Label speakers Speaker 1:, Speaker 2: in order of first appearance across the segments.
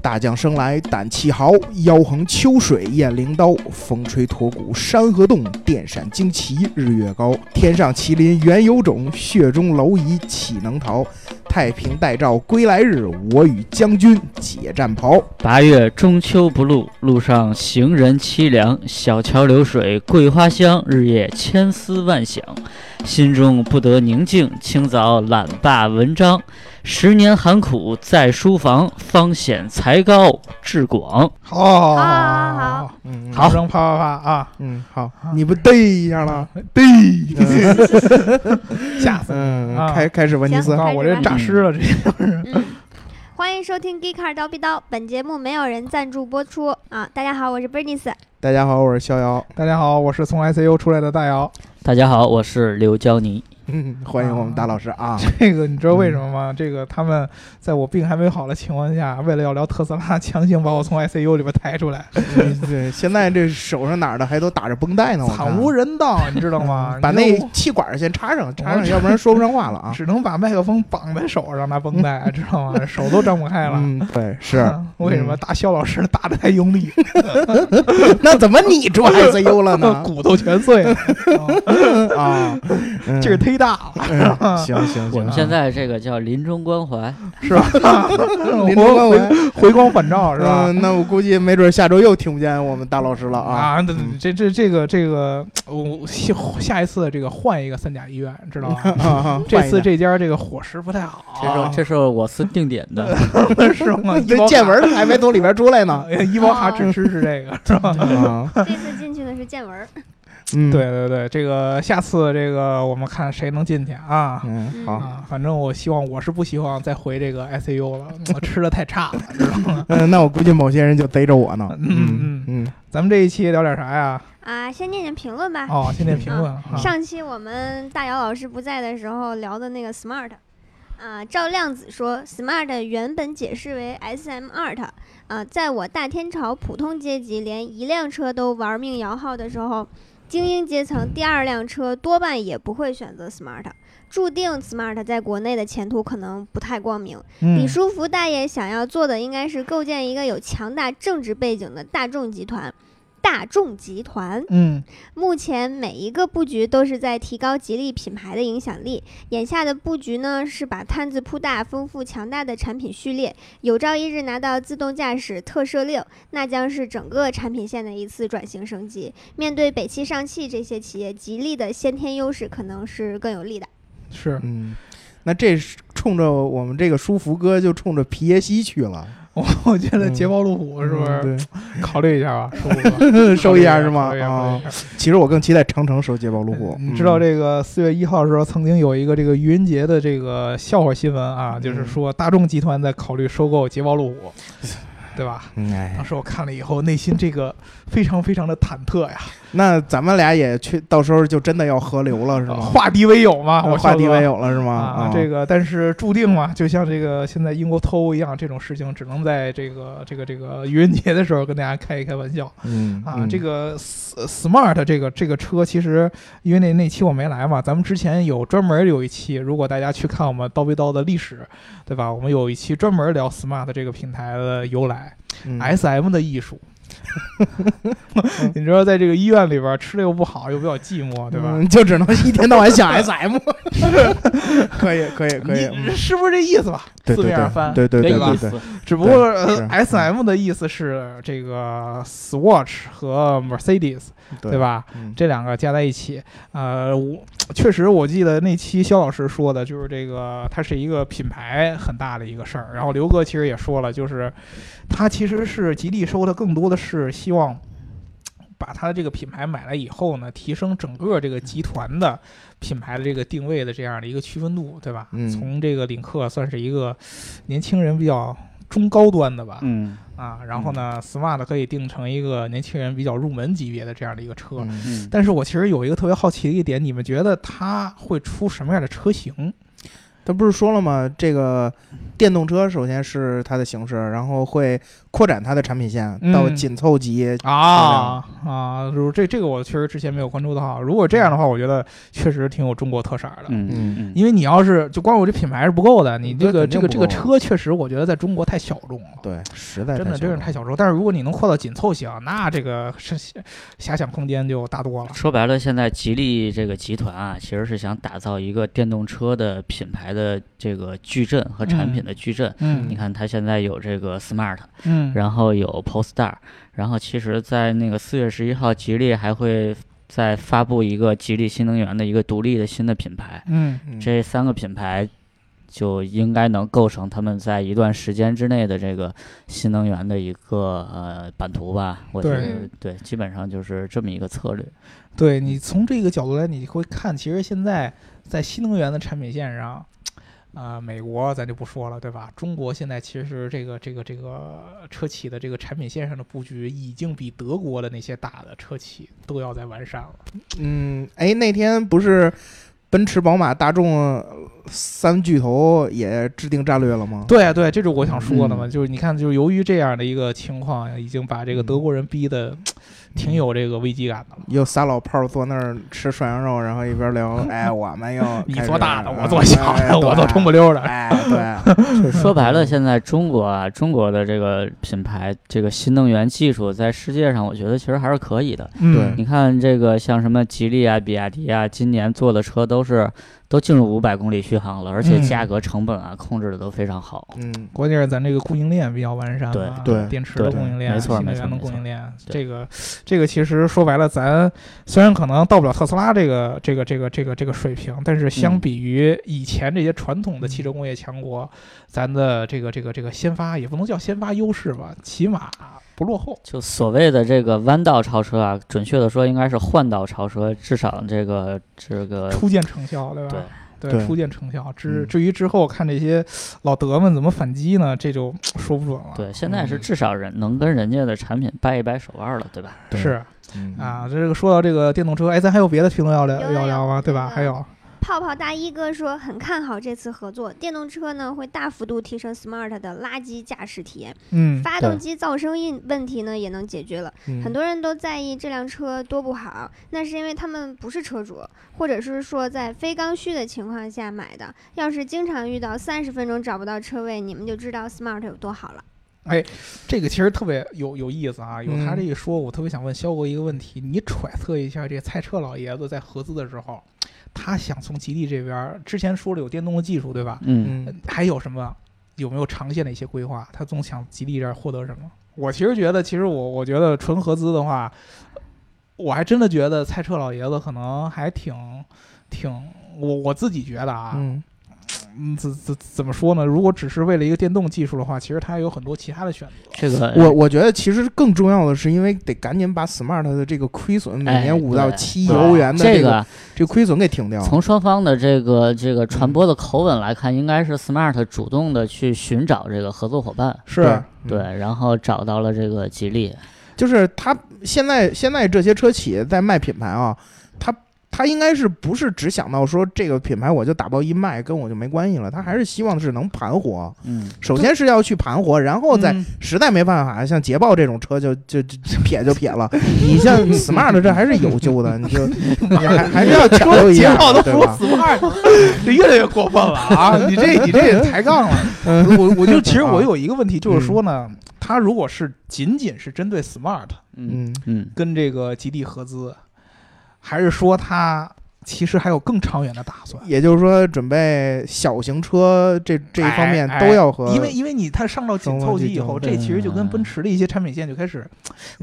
Speaker 1: 大将生来胆气豪，腰横秋水雁翎刀。风吹驼骨山河动，电闪旌旗日月高。天上麒麟原有种，血中蝼蚁岂能逃？太平待诏归来日，我与将军解战袍。
Speaker 2: 八月中秋不露，路上行人凄凉。小桥流水桂花香，日夜千思万想。心中不得宁静，清早懒罢文章。十年寒苦在书房，方显才高志广。
Speaker 3: 好好好
Speaker 4: 好好
Speaker 3: 好
Speaker 4: 好，
Speaker 1: 嗯，
Speaker 3: 掌声啪啪啪啊！
Speaker 1: 嗯，好，你不对一下了？
Speaker 3: 对，
Speaker 1: 嗯
Speaker 3: 吓死
Speaker 1: 嗯，
Speaker 3: 啊
Speaker 1: 开开始吧，尼
Speaker 4: 行
Speaker 1: 斯
Speaker 3: 我！
Speaker 4: 开
Speaker 3: 靠，
Speaker 4: 始
Speaker 3: 我这
Speaker 4: 吧
Speaker 3: 诈尸了，这
Speaker 4: 嗯， 欢迎收听《g e e k a r 刀逼刀》，本节目没有人赞助播出啊！大家好，我是 Bernice。
Speaker 1: 大家好，我是逍遥，
Speaker 3: 大家好，我是从 ICU 出来的大姚。
Speaker 2: 大家好，我是刘娇妮。
Speaker 1: 嗯欢迎我们大老师 啊！
Speaker 3: 这个你知道为什么吗？这个他们在我病还没好的情况下，为了要聊特斯拉，强行把我从 ICU 里边抬出来，
Speaker 1: 嗯对，现在这手上哪儿的还都打着绷带呢，我看
Speaker 3: 惨无人道，你知道吗？
Speaker 1: 嗯把
Speaker 3: 你
Speaker 1: 那
Speaker 3: 知道
Speaker 1: 气管先插上，插
Speaker 3: 我
Speaker 1: 上，要不然说不上话了
Speaker 3: 我
Speaker 1: 啊。
Speaker 3: 只能把麦克风绑在手上拿绷带，知道吗？手都张不开了。
Speaker 1: 嗯， 对，是。
Speaker 3: 为什么
Speaker 1: 嗯
Speaker 3: 打肖老师打的太用力，
Speaker 1: 那怎么你住 ICU 了呢？
Speaker 3: 骨头全碎了，
Speaker 1: 啊，嗯
Speaker 3: 劲儿忒大了，
Speaker 1: 嗯行行
Speaker 2: 我们
Speaker 1: 行，
Speaker 2: 现在这个叫临终关怀，
Speaker 1: 啊
Speaker 3: 是 吧？
Speaker 1: 临终关
Speaker 3: 回
Speaker 1: 怀
Speaker 3: 回光返照是吧？
Speaker 1: 嗯，那我估计没准下周又听不见我们大老师了啊。
Speaker 3: 啊，那
Speaker 1: 嗯
Speaker 3: 这这这个这个，我下下一次这个换一个三甲医院，知道吗？
Speaker 1: 啊
Speaker 3: 这次这家这个伙食不太好，
Speaker 2: 这是我司定点的。
Speaker 3: 是吗？医
Speaker 1: 这
Speaker 3: 保
Speaker 1: 见
Speaker 3: 卡
Speaker 1: 闻儿还没从里边出来呢。
Speaker 3: 啊 医保 卡支持是这个，是吧？
Speaker 1: 啊，
Speaker 4: 这次进去的是见闻儿，
Speaker 1: 嗯，
Speaker 3: 对，对对，这个下次这个我们看谁能进去啊。
Speaker 1: 嗯，好。
Speaker 3: 啊，反正我希望我是不希望再回这个 ICU 了，我吃的太差了，知道吗？
Speaker 1: 嗯，那我估计某些人就逮着我呢。
Speaker 3: 嗯
Speaker 1: 嗯
Speaker 3: 咱们这一期聊点啥呀？
Speaker 4: 啊！先念念评论吧。
Speaker 3: 哦，先念评论啊，
Speaker 4: 上期我们大姚老师不在的时候聊的那个 smart，啊，赵亮子说 smart 原本解释为 SM art，啊，在我大天朝普通阶级连一辆车都玩命摇号的时候，精英阶层第二辆车多半也不会选择 smart，注定 smart 在国内的前途可能不太光明。李
Speaker 3: 嗯
Speaker 4: 书福大爷想要做的应该是构建一个有强大政治背景的大众集团，大众集团。
Speaker 3: 嗯
Speaker 4: 目前每一个布局都是在提高吉利品牌的影响力。眼下的布局呢，是把摊子铺大，丰富强大的产品序列。有朝一日拿到自动驾驶特赦令，那将是整个产品线的一次转型升级。面对北汽、上汽这些企业，吉利的先天优势可能是更有利的。
Speaker 3: 是
Speaker 1: 嗯，那这是冲着我们这个舒服哥就冲着皮耶西去了，
Speaker 3: 我我觉得捷豹路虎是不是
Speaker 1: 嗯
Speaker 3: 考虑一下吧？是不是
Speaker 1: 对， 收一下是吗？
Speaker 3: 考虑一下考虑
Speaker 1: 啊
Speaker 3: 一，下嗯
Speaker 1: 其实我更期待长城收捷豹路虎。
Speaker 3: 你知道
Speaker 1: 这
Speaker 3: 这个四月一号的时候，曾经有一个这个愚人节的这个笑话新闻啊，就是说大众集团在考虑收购捷豹路虎，对吧？当
Speaker 1: 哎，
Speaker 3: 时我看了以后，内心这个非常非常的忐忑呀，
Speaker 1: 那咱们俩也去，到时候就真的要合流了是吗？
Speaker 3: 化敌为友嘛，哦 我
Speaker 1: 化敌为
Speaker 3: 友
Speaker 1: 友了是吗？哦
Speaker 3: 啊，这个但是注定嘛，就像这个现在英国脱欧一样，这种事情只能在这个这个这个愚人节的时候跟大家开一开玩笑。
Speaker 1: 嗯
Speaker 3: 啊，这个 S- smart 这个这个车，其实因为那那期我没来嘛，咱们之前有专门有一期，如果大家去看我们刀逼刀的历史，对吧？我们有一期专门聊 smart 这个品牌的由来、
Speaker 1: 哎
Speaker 3: s m 的艺术。 你知道，在这个医院里边吃的又不好，又比较寂寞，对吧？
Speaker 1: 嗯就只能 一 天到晚想 SM，可以可以可以，嗯
Speaker 3: 你是不是这意思吧？
Speaker 1: 对
Speaker 3: 四
Speaker 1: 对
Speaker 3: 面
Speaker 1: 对
Speaker 3: 翻，
Speaker 1: 对对
Speaker 2: 可
Speaker 1: 对
Speaker 2: 以
Speaker 1: 对
Speaker 2: 意
Speaker 1: 对，
Speaker 2: 思。
Speaker 3: 只不过呃
Speaker 1: 是
Speaker 3: S M 的意思是这个 Swatch 和 Mercedes，
Speaker 1: 对
Speaker 3: 对？吧？
Speaker 1: 嗯
Speaker 3: 这两个加在一起，呃，我确实我记得那期肖老师说的，就是这个它是一个品牌很大的一个事儿。然后刘哥其实也说了，就是他其实是吉利收的更多的是希望把它这个品牌买来以后呢，提升整个这个集团的品牌的这个定位的这样的一个区分度，对吧？
Speaker 1: 嗯
Speaker 3: 从这个领克算是一个年轻人比较中高端的吧，
Speaker 2: 嗯
Speaker 3: 啊，然后呢，smart 可以定成一个年轻人比较入门级别的这样的一个车。
Speaker 1: 嗯
Speaker 2: 嗯，
Speaker 3: 但是我其实有一个特别好奇的一点，你们觉得它会出什么样的车型？
Speaker 1: 他不是说了吗？这个电动车首先是它的形式，然后会扩展它的产品线
Speaker 3: 嗯
Speaker 1: 到紧凑级。
Speaker 3: 啊啊，就是这这个我确实之前没有关注到。如果这样的话，我觉得确实挺有中国特色的。
Speaker 2: 嗯
Speaker 1: 嗯
Speaker 2: 嗯
Speaker 3: 因为你要是就光有这品牌是不够的，你这个
Speaker 1: 对肯
Speaker 3: 这
Speaker 1: 定
Speaker 3: 个
Speaker 1: 不
Speaker 3: 这个
Speaker 1: 够
Speaker 3: 车确实我觉得在中国太小众了。
Speaker 1: 对，实在
Speaker 3: 真的，
Speaker 1: 小
Speaker 3: 真是
Speaker 1: 众
Speaker 3: 太小众。但是如果你能扩到紧凑型，那这个是遐想空间就大多了。
Speaker 2: 说白了，现在吉利这个集团啊，其实是想打造一个电动车的品牌的这个矩阵和产品的矩阵。
Speaker 1: 嗯
Speaker 2: 你看，它现在有这个 Smart，
Speaker 3: 嗯
Speaker 2: 然后有 Polestar，然后其实，在那个四月十一号，吉利还会再发布一个吉利新能源的一个独立的新的品牌。
Speaker 3: 嗯
Speaker 1: 嗯
Speaker 2: 这三个品牌就应该能构成他们在一段时间之内的这个新能源的一个呃版图吧。我觉
Speaker 3: 对
Speaker 2: 得
Speaker 4: 嗯
Speaker 2: 对，基本上就是这么一个策略。
Speaker 3: 对你从这个角度来，你会看，其实现在在新能源的产品线上，啊、美国咱就不说了，对吧？中国现在其实这个这个这个车企的这个产品线上的布局，已经比德国的那些大的车企都要在完善了。
Speaker 1: 嗯，哎，那天不是奔驰、宝马、大众呃三巨头也制定战略了吗？
Speaker 3: 对对，这就是我想说的嘛，
Speaker 1: 嗯
Speaker 3: 就是你看，就是由于这样的一个情况，已经把这个德国人逼得挺有这个危机感的了。
Speaker 1: 有仨老炮儿坐那儿吃涮羊肉，然后一边 聊，哎，我们又
Speaker 3: 你
Speaker 1: 开始
Speaker 3: 做大的，
Speaker 1: 了
Speaker 3: 我做小的， 我做中不。溜的。
Speaker 1: 哎对哎，对，
Speaker 2: 嗯 说白了，现在中国啊，中国的这个品牌，这个新能源技术在世界上，我觉得其实还是可以的。
Speaker 1: 嗯
Speaker 2: 你看这个像什么吉利啊、比亚迪啊，今年做的车都是都进入五百公里续航了，而且
Speaker 3: 嗯
Speaker 2: 价格、成本啊控制的都非常好。
Speaker 1: 嗯，
Speaker 3: 关键是咱这个供应链比较完善嘛，
Speaker 1: 对对
Speaker 3: 电池的
Speaker 2: 对
Speaker 3: 供应链，
Speaker 2: 没错
Speaker 3: 新能
Speaker 2: 没错
Speaker 3: 源的
Speaker 2: 没错
Speaker 3: 供应链，
Speaker 2: 对
Speaker 3: 这个这个其实说白了，咱虽然可能到不了特斯拉这个这个这个这个这个水平，但是相比于以前这些传统的汽车工业强国，咱的这个这个这个先发也不能叫先发优势吧，起码不落后。
Speaker 2: 就所谓的这个弯道超车啊，准确的说应该是换道超车，至少这个这个
Speaker 3: 初见成效，对
Speaker 1: 啊
Speaker 3: 吧？对
Speaker 1: 对
Speaker 3: 初见成效。至
Speaker 1: 嗯
Speaker 3: 至于之后看这些老德们怎么反击呢，这就说不准了。
Speaker 2: 对，现在是至少人能跟人家的产品掰一掰手腕了，对吧？
Speaker 1: 对
Speaker 3: 是
Speaker 1: 嗯
Speaker 3: 啊，这个说到这个电动车，哎，咱还有别的评论要聊
Speaker 4: 有
Speaker 3: 要聊吗？
Speaker 4: 有
Speaker 3: 对吧？
Speaker 4: 有
Speaker 3: 还有，
Speaker 4: 泡泡大衣哥说很看好这次合作，电动车呢会大幅度提升 Smart 的垃圾驾驶体验，
Speaker 3: 嗯
Speaker 4: 发动机噪声音问题呢也能解决了。
Speaker 1: 嗯
Speaker 4: 很多人都在意这辆车多不好，那是因为他们不是车主，或者是说在非刚需的情况下买的。要是经常遇到三十分钟找不到车位，你们就知道 Smart 有多好了。
Speaker 3: 这个其实特别有有意思啊。有他
Speaker 1: 嗯
Speaker 3: 这一说，我特别想问肖国一个问题：你揣测一下，这蔡澈老爷子在合资的时候，他想从吉利这边儿之前说了有电动的技术，对吧？
Speaker 2: 嗯，
Speaker 1: 嗯
Speaker 3: 还有什么有没有长线的一些规划？他总想吉利这儿获得什么？我其实觉得，其实我我觉得纯合资的话，我还真的觉得蔡澈老爷子可能还挺挺，我我自己觉得啊，
Speaker 1: 嗯
Speaker 3: 嗯，怎怎怎么说呢？如果只是为了一个电动技术的话，其实它还有很多其他的选择。
Speaker 2: 这个
Speaker 1: 我我觉得其实更重要的是，因为得赶紧把 Smart 的这个亏损每
Speaker 2: 哎
Speaker 1: 年五到
Speaker 2: 对
Speaker 1: 七亿欧元的
Speaker 2: 这
Speaker 1: 个
Speaker 2: 个
Speaker 1: 这个亏损给停掉。
Speaker 2: 从双方的这个这个传播的口吻来看，应该是 Smart 主动的去寻找这个合作伙伴，
Speaker 3: 是
Speaker 1: 嗯
Speaker 2: 对，然后找到了这个吉利，
Speaker 1: 就是他现在现在这些车企在卖品牌啊，他他应该是不是只想到说这个品牌我就打包一卖，跟我就没关系了？他还是希望是能盘活，
Speaker 2: 嗯，
Speaker 1: 首先是要去盘活，然后再
Speaker 3: 嗯
Speaker 1: 实哦在没办法，像捷豹这种车就就就就撇就撇 了。你像 smart 这还是有救的，你就你 还还是要讲究一
Speaker 3: 捷
Speaker 1: 下，
Speaker 3: 豹都不
Speaker 1: 对
Speaker 3: 如
Speaker 1: 吧？
Speaker 3: 死二，这 越来越过分了啊！你这你这也抬杠了。
Speaker 1: 嗯
Speaker 3: 我我就其
Speaker 1: 啊
Speaker 3: 实我有一个问题，就是说呢，它如果是仅仅是针对 Smart
Speaker 2: 嗯
Speaker 1: 嗯，
Speaker 2: 嗯，
Speaker 3: 跟这个吉利合资，还是说它其实还有更长远的打算？
Speaker 1: 也就是说，准备小型车这这一方面
Speaker 3: 哎哎
Speaker 1: 都要和
Speaker 3: 因为因为你它上到紧凑级以后，
Speaker 1: 中国这啊
Speaker 3: 这
Speaker 1: 种
Speaker 3: 其实就跟奔驰的一些产品线就开始，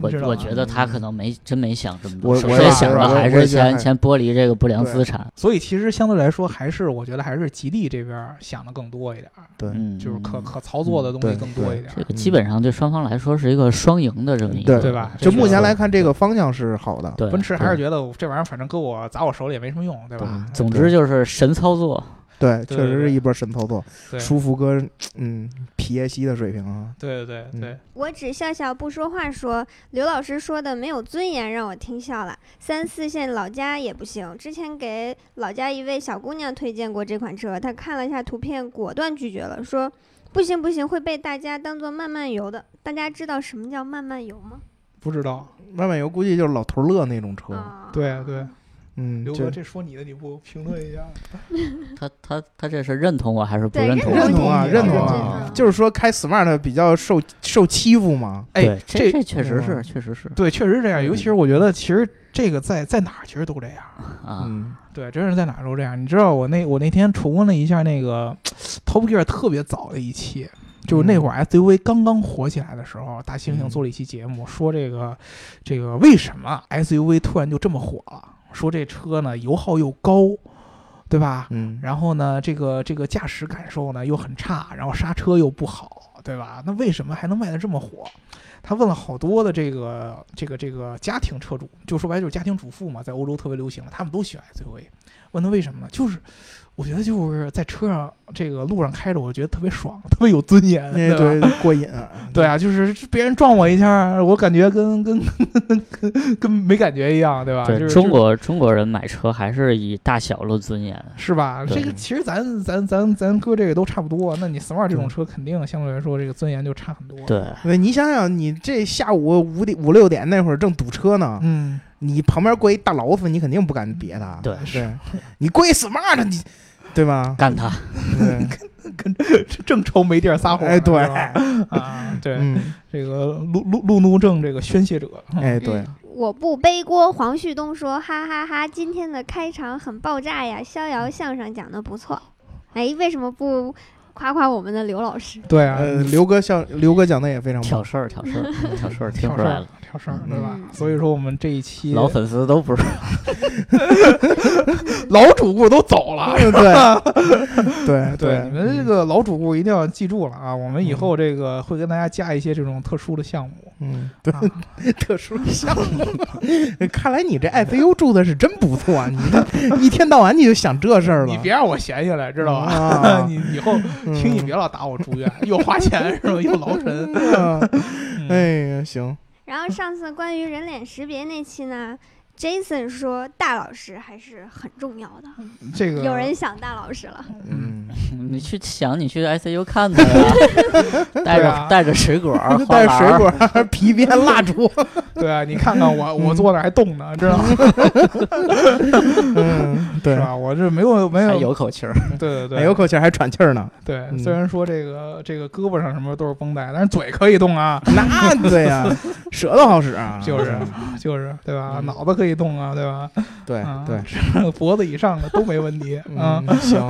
Speaker 2: 我
Speaker 3: 你知道啊
Speaker 2: 我
Speaker 3: 吗
Speaker 2: 觉得他可能没真没想这么
Speaker 1: 我
Speaker 2: 多，首
Speaker 1: 我
Speaker 3: 也
Speaker 2: 先想
Speaker 3: 觉
Speaker 2: 的
Speaker 3: 得
Speaker 2: 还
Speaker 1: 我
Speaker 2: 是
Speaker 1: 也觉得
Speaker 2: 先
Speaker 1: 还
Speaker 2: 先剥离这个不良资产，
Speaker 3: 所以其实相对来说还是我觉得还是吉利这边想的更多一点儿，
Speaker 1: 对
Speaker 2: 嗯，
Speaker 3: 就是可
Speaker 2: 嗯
Speaker 3: 可操作的东西
Speaker 1: 对
Speaker 3: 更多一点儿
Speaker 2: 这。个基本上对双方来说是一个双赢的这么一
Speaker 1: 对
Speaker 2: 个，
Speaker 3: 对吧
Speaker 1: 就
Speaker 3: 这
Speaker 1: 目前
Speaker 3: 个
Speaker 1: 来看，这个方向是好的。
Speaker 2: 对，
Speaker 3: 奔驰还是
Speaker 2: 对
Speaker 3: 觉得我这玩意儿反正搁我砸我手里也没什么用，对吧？
Speaker 1: 嗯对
Speaker 2: 总之就是神操作，
Speaker 1: 对，确
Speaker 3: 对
Speaker 1: 实
Speaker 3: 对
Speaker 1: 是
Speaker 3: 对
Speaker 1: 一波神操作。
Speaker 3: 对
Speaker 1: 舒服哥，嗯，皮耶西的水平啊，
Speaker 3: 对对对对，
Speaker 4: 我只笑笑不说话说，刘老师说的没有尊严，让我听笑了。三四线老家也不行，之前给老家一位小姑娘推荐过这款车，她看了一下图片，果断拒绝了，说不行不行，会被大家当做慢慢游的。大家知道什么叫慢慢游吗？
Speaker 3: 不知道。
Speaker 1: 慢慢游估计就是老头乐那种车，
Speaker 4: 啊，
Speaker 3: 对对，
Speaker 1: 嗯，
Speaker 3: 刘
Speaker 1: 就
Speaker 3: 哥，这说你的你不评论一下？
Speaker 2: 他他他这是认同我还是不
Speaker 4: 对
Speaker 2: 认
Speaker 4: 同
Speaker 2: 同？
Speaker 4: 你
Speaker 1: 认同啊，
Speaker 3: 认
Speaker 1: 认
Speaker 3: 同
Speaker 1: 同
Speaker 4: 认
Speaker 1: 啊
Speaker 4: 同，
Speaker 1: 就是说开 smart 比较受受欺负嘛，
Speaker 3: 哎
Speaker 2: 对，，这
Speaker 3: 这
Speaker 2: 这确实
Speaker 1: 嗯
Speaker 2: 是，确实是
Speaker 3: 对，确实是这样。尤其是我觉得，其实这个在在哪儿其实都这样。
Speaker 2: 啊，
Speaker 1: 嗯，
Speaker 3: 对，真是在哪儿都这样。你知道我那我那天重温了一下那个 Top Gear 特别早的一期，就是那会儿 SUV 刚刚火起来的时候，大猩猩做了一期节目，说这个这个为什么 SUV 突然就这么火了？说这车呢油耗又高，对吧？
Speaker 1: 嗯，
Speaker 3: 然后呢，这个这个驾驶感受呢又很差，然后刹车又不好，对吧？那为什么还能卖得这么火？他问了好多的这个这个这个家庭车主，就说白了就是家庭主妇嘛，在欧洲特别流行了，他们都喜欢呃 SUV。问他为什么呢？就是我觉得就是在车上这个路上开着，我觉得特别爽，特别有尊严，
Speaker 1: 那
Speaker 2: 嗯
Speaker 3: 吧？
Speaker 1: 对过瘾啊，
Speaker 3: 对啊，就是别人撞我一下，我感觉跟跟跟跟没感觉一样，对吧？啊就
Speaker 2: 对
Speaker 3: 是
Speaker 2: 中国中国人买车还是以大小论尊严。
Speaker 3: 是吧？
Speaker 2: 对
Speaker 3: 这个其实咱咱咱咱搁这个都差不多。那你 smart 这种
Speaker 1: 对
Speaker 3: 车肯定相对来说这个尊严就差很多。，
Speaker 2: 对，
Speaker 1: 对你想想，你这下午五点五六点那会儿正堵车呢，
Speaker 3: 嗯，
Speaker 1: 你旁边过一大老死，你肯定不敢别他，
Speaker 2: 对
Speaker 1: 对，你过一 smart 你，对吧？
Speaker 2: 干 他！
Speaker 1: 对，
Speaker 3: 正愁没地 儿撒火呢。
Speaker 1: 哎对
Speaker 3: 是吧 啊，对，
Speaker 1: 嗯，
Speaker 3: 这个路路路怒症这个宣泄者，嗯
Speaker 1: 哎对，
Speaker 4: 我不背锅。黄旭东说：“哈哈哈今天的开场很爆炸呀，逍遥相声讲的不错。”哎，为什么不夸夸我们的刘老师？
Speaker 3: 对啊，
Speaker 1: 呃，刘哥像刘哥讲的也非常棒
Speaker 2: 挑，事儿，挑事 儿，嗯挑事儿，听
Speaker 3: 挑
Speaker 2: 出
Speaker 3: 事
Speaker 2: 来
Speaker 3: 儿
Speaker 2: 了，，
Speaker 3: 挑事儿，对吧
Speaker 4: 嗯？
Speaker 3: 所以说我们这一期
Speaker 2: 老粉丝都不是
Speaker 3: 老主顾都走了。
Speaker 1: 对 对对
Speaker 3: 对，你们这个老主顾一定要记住了啊！我们以
Speaker 2: 嗯
Speaker 3: 后这个会跟大家加一些这种特殊的项目，
Speaker 1: 嗯，对，
Speaker 3: 啊
Speaker 1: 特殊项目。看来你这 ICU 住的是真不错啊，你 这一天到晚你就想这事儿了，啊
Speaker 3: 你别让我闲下来，知道啊吧？
Speaker 1: 吧
Speaker 3: 你以后请你别老打我住院，又花钱 是吧？又劳神。嗯
Speaker 1: 哎呀，行，
Speaker 4: 然后上次关于人脸识别那期呢，Jason 说大老师还是很重要的，
Speaker 3: 这个
Speaker 4: 有人想大老师了。
Speaker 1: 嗯，
Speaker 2: 你去想，你去 ICU 看他 呀，带
Speaker 3: 对
Speaker 2: 着
Speaker 3: 啊
Speaker 2: 带着水果儿，花
Speaker 1: 带
Speaker 2: 篮
Speaker 1: 水
Speaker 2: 儿，
Speaker 1: 果、皮鞭、蜡 烛，
Speaker 3: 对啊，你看看我，我坐那儿还动呢，知道吗？
Speaker 1: 嗯，
Speaker 3: 是
Speaker 1: 对，
Speaker 3: 吧？哎我这没有没
Speaker 2: 还
Speaker 3: 有，
Speaker 2: 有口气儿。
Speaker 3: 对对
Speaker 1: 还有
Speaker 3: 对
Speaker 1: 口气儿还喘气儿 呢，
Speaker 3: 对。
Speaker 1: 嗯
Speaker 3: 虽然说这个这个胳膊上什么都是绷带，但是嘴可以动啊，
Speaker 1: 那对 呀，舌头好使啊，
Speaker 3: 就是就是对吧？
Speaker 1: 嗯
Speaker 3: 脑子可以动啊，对吧？
Speaker 1: 对
Speaker 3: 啊
Speaker 1: 对，
Speaker 3: 脖子以上的都没问题啊
Speaker 1: 嗯。，行。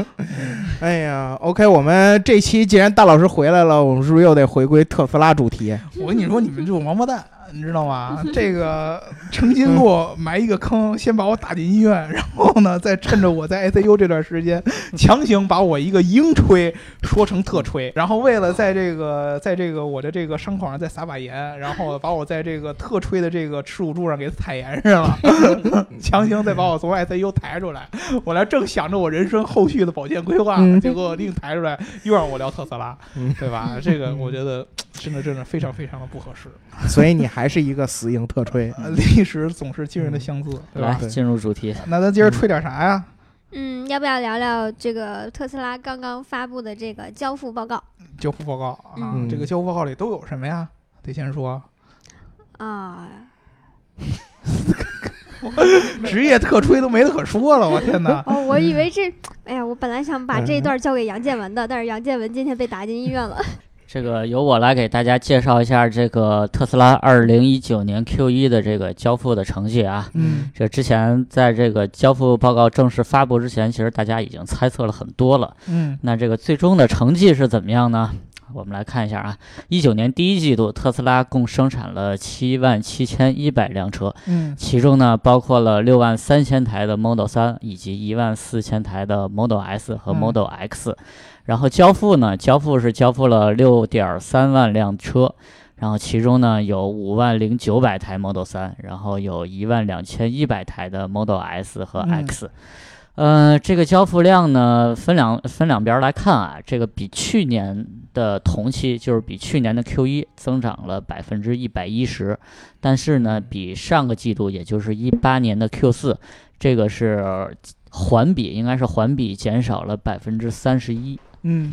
Speaker 1: 哎呀，OK，我们这期既然大老师回来了，我们是不是又得回归特斯拉主题？
Speaker 3: 我跟你说，你们这种王八蛋，你知道吗？这个诚心给我埋一个坑，先把我打进医院，然后呢，再趁着我在 ICU 这段时间，强行把我一个英吹说成特吹，然后为了在这个在这个我的这个伤口上再撒把盐，然后把我在这个特吹的这个耻辱柱上给踩严 实了，强行再把我从 ICU 抬出来。我来正想着我人生后续的保健规划，
Speaker 1: 嗯
Speaker 3: 结果硬抬出来，又让我聊特斯拉，
Speaker 1: 嗯
Speaker 3: 对吧？这个我觉得真的真的非常非常的不合适。
Speaker 1: 所以你还是一个死硬特吹。
Speaker 3: 呃历史总是惊人的相似，对
Speaker 2: 嗯
Speaker 3: 啊
Speaker 2: 来
Speaker 3: 吧？
Speaker 1: 对
Speaker 2: 进入主题，
Speaker 3: 那咱今儿吹点啥呀？
Speaker 4: 嗯，要不要聊聊这个特斯拉刚刚发布的这个交付报告
Speaker 3: 交付报告啊，
Speaker 1: 嗯
Speaker 3: 这个交付报告里都有什么呀？得先说
Speaker 4: 啊？！
Speaker 3: 职业特吹都没得可说了，我天哪
Speaker 4: 哦，我以为这，哎呀，我本来想把这
Speaker 3: 嗯
Speaker 4: 一段交给杨建文的，但是杨建文今天被打进医院了。
Speaker 2: 这个由我来给大家介绍一下这个特斯拉2019年 Q 1的这个交付的成绩啊。
Speaker 3: 嗯
Speaker 2: 这之前在这个交付报告正式发布之前，其实大家已经猜测了很多了。
Speaker 3: 嗯
Speaker 2: 那这个最终的成绩是怎么样呢？我们来看一下啊，一九年第一季度，特斯拉共生产了七万七千一百辆车，
Speaker 3: 嗯
Speaker 2: 其中呢包括了六万三千台的 Model 3，以及一万四千台的 Model S 和
Speaker 3: 嗯
Speaker 2: Model X。然后交付呢，交付是交付了六点三万辆车，然后其中呢有五万零九百台 Model 3，然后有一万两千一百台的 Model S 和
Speaker 3: 嗯
Speaker 2: X。呃，这个交付量呢，分两分两边儿来看啊，这个比去年的同期，就是比去年的 Q 一增长了百分之一百一十，但是呢，比上个季度，也就是一八年的 Q 四，这个是环比，应该是环比减少了百分之三十一。
Speaker 1: 嗯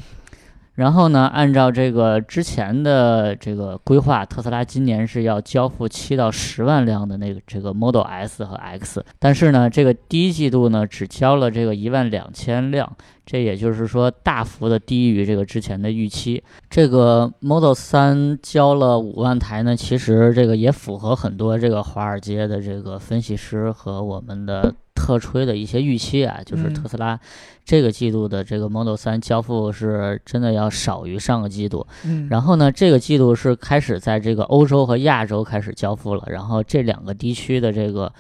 Speaker 2: 然后呢，按照这个之前的这个规划，特斯拉今年是要交付七到十万辆的那个这个 Model S 和 X，但是呢，这个第一季度呢只交了这个一万两千辆，这也就是说大幅的低于这个之前的预期。这个 Model 3交了五万台呢，其实这个也符合很多这个华尔街的这个分析师和我们的特吹的一些预期啊，就是
Speaker 3: 嗯
Speaker 2: 特斯拉这个季度的这个 Model 3交付是真的要少于上个季度。
Speaker 3: 嗯
Speaker 2: 然后呢，这个季度是开始在这个欧洲和亚洲开始交付了，然后这两个地区的这个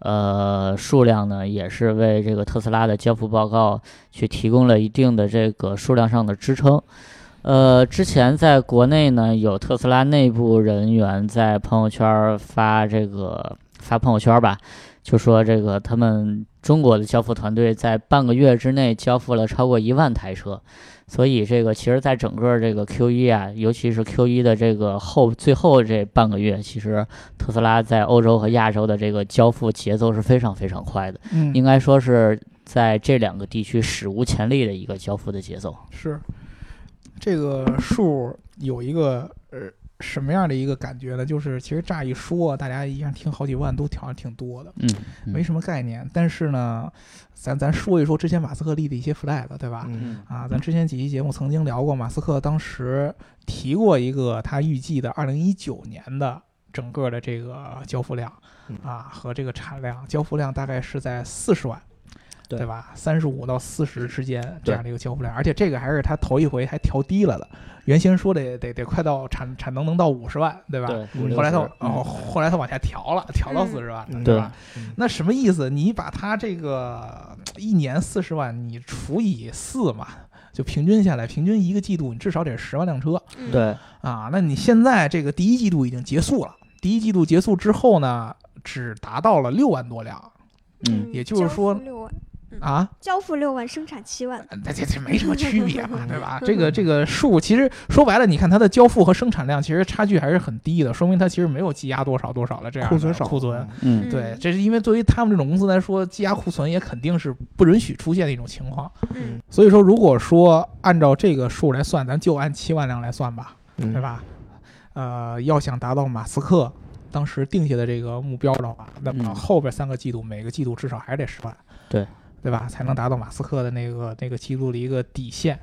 Speaker 2: 呃数量呢，也是为这个特斯拉的交付报告去提供了一定的这个数量上的支撑。呃，之前在国内呢，有特斯拉内部人员在朋友圈发这个发朋友圈吧，就说这个他们中国的交付团队在半个月之内交付了超过一万台车，所以这个其实，在整个这个 Q 一啊，尤其是 Q 一的这个后最后这半个月，其实特斯拉在欧洲和亚洲的这个交付节奏是非常非常快的，
Speaker 3: 嗯
Speaker 2: 应该说是在这两个地区史无前例的一个交付的节奏。
Speaker 3: 是这个数有一个呃什么样的一个感觉呢？就是其实乍一说，大家一样听好几万都好像挺多的，
Speaker 2: 嗯，嗯
Speaker 3: 没什么概念。但是呢，咱咱说一说之前马斯克立的一些 flag，对吧？
Speaker 1: 嗯
Speaker 3: 啊，咱之前几期节目曾经聊过，马斯克当时提过一个他预计的二零一九年的整个的这个交付量
Speaker 1: 嗯
Speaker 3: 啊和这个产量，交付量大概是在四十万。
Speaker 2: 对
Speaker 3: 对吧？三十五到四十之间这样的一个交付量，而且这个还是他头一回还调低了的，原先说得得得快到产产能能到五十万，对吧？
Speaker 2: 对，
Speaker 1: 嗯
Speaker 2: 五六
Speaker 3: 后来他
Speaker 2: 十
Speaker 3: 哦，后来他往下调了，调到
Speaker 4: 嗯
Speaker 3: 四十万了，
Speaker 1: 嗯
Speaker 3: 对吧？
Speaker 1: 嗯
Speaker 3: 那什么意思？你把他这个呃一年四十万，你除以四嘛，就平均下来，平均一个季度你至少得十万辆车
Speaker 4: 嗯，
Speaker 2: 对，
Speaker 3: 啊。那你现在这个第一季度已经结束了，第一季度结束之后呢，只达到了六万多辆
Speaker 2: 嗯，
Speaker 3: 也就是说
Speaker 4: 交付六万，
Speaker 3: 啊，
Speaker 4: 交付六万，生产七万，
Speaker 3: 这这这没什么区别嘛，对吧？这个这个数其实说白了，你看它的交付和生产量其实差距还是很低的，说明它其实没有积压多少多少的这样的
Speaker 1: 库存少，
Speaker 3: 库存。
Speaker 2: 嗯
Speaker 4: 嗯
Speaker 3: 对，这是因为对于他们这种公司来说，积压库存也肯定是不允许出现的一种情况。
Speaker 4: 嗯
Speaker 3: 所以说，如果说按照这个数来算，咱就按七万辆来算吧，
Speaker 1: 嗯
Speaker 3: 对吧？呃，要想达到马斯克当时定下的这个目标的话，那么
Speaker 2: 嗯
Speaker 3: 后边三个季度每个季度至少还得十万，
Speaker 2: 对
Speaker 3: 对吧？才能达到马斯克的那个那个季度的一个底线。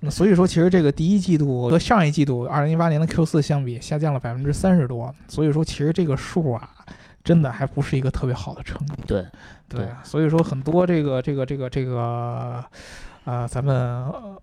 Speaker 3: 那所以说，其实这个第一季度和上一季度二零一八年的 Q 四相比，下降了百分之三十多。所以说，其实这个数啊，真的还不是一个特别好的成绩。
Speaker 2: 对，
Speaker 3: 对啊
Speaker 2: 对，
Speaker 3: 所以说很多这个这个这个这个，呃，咱们呃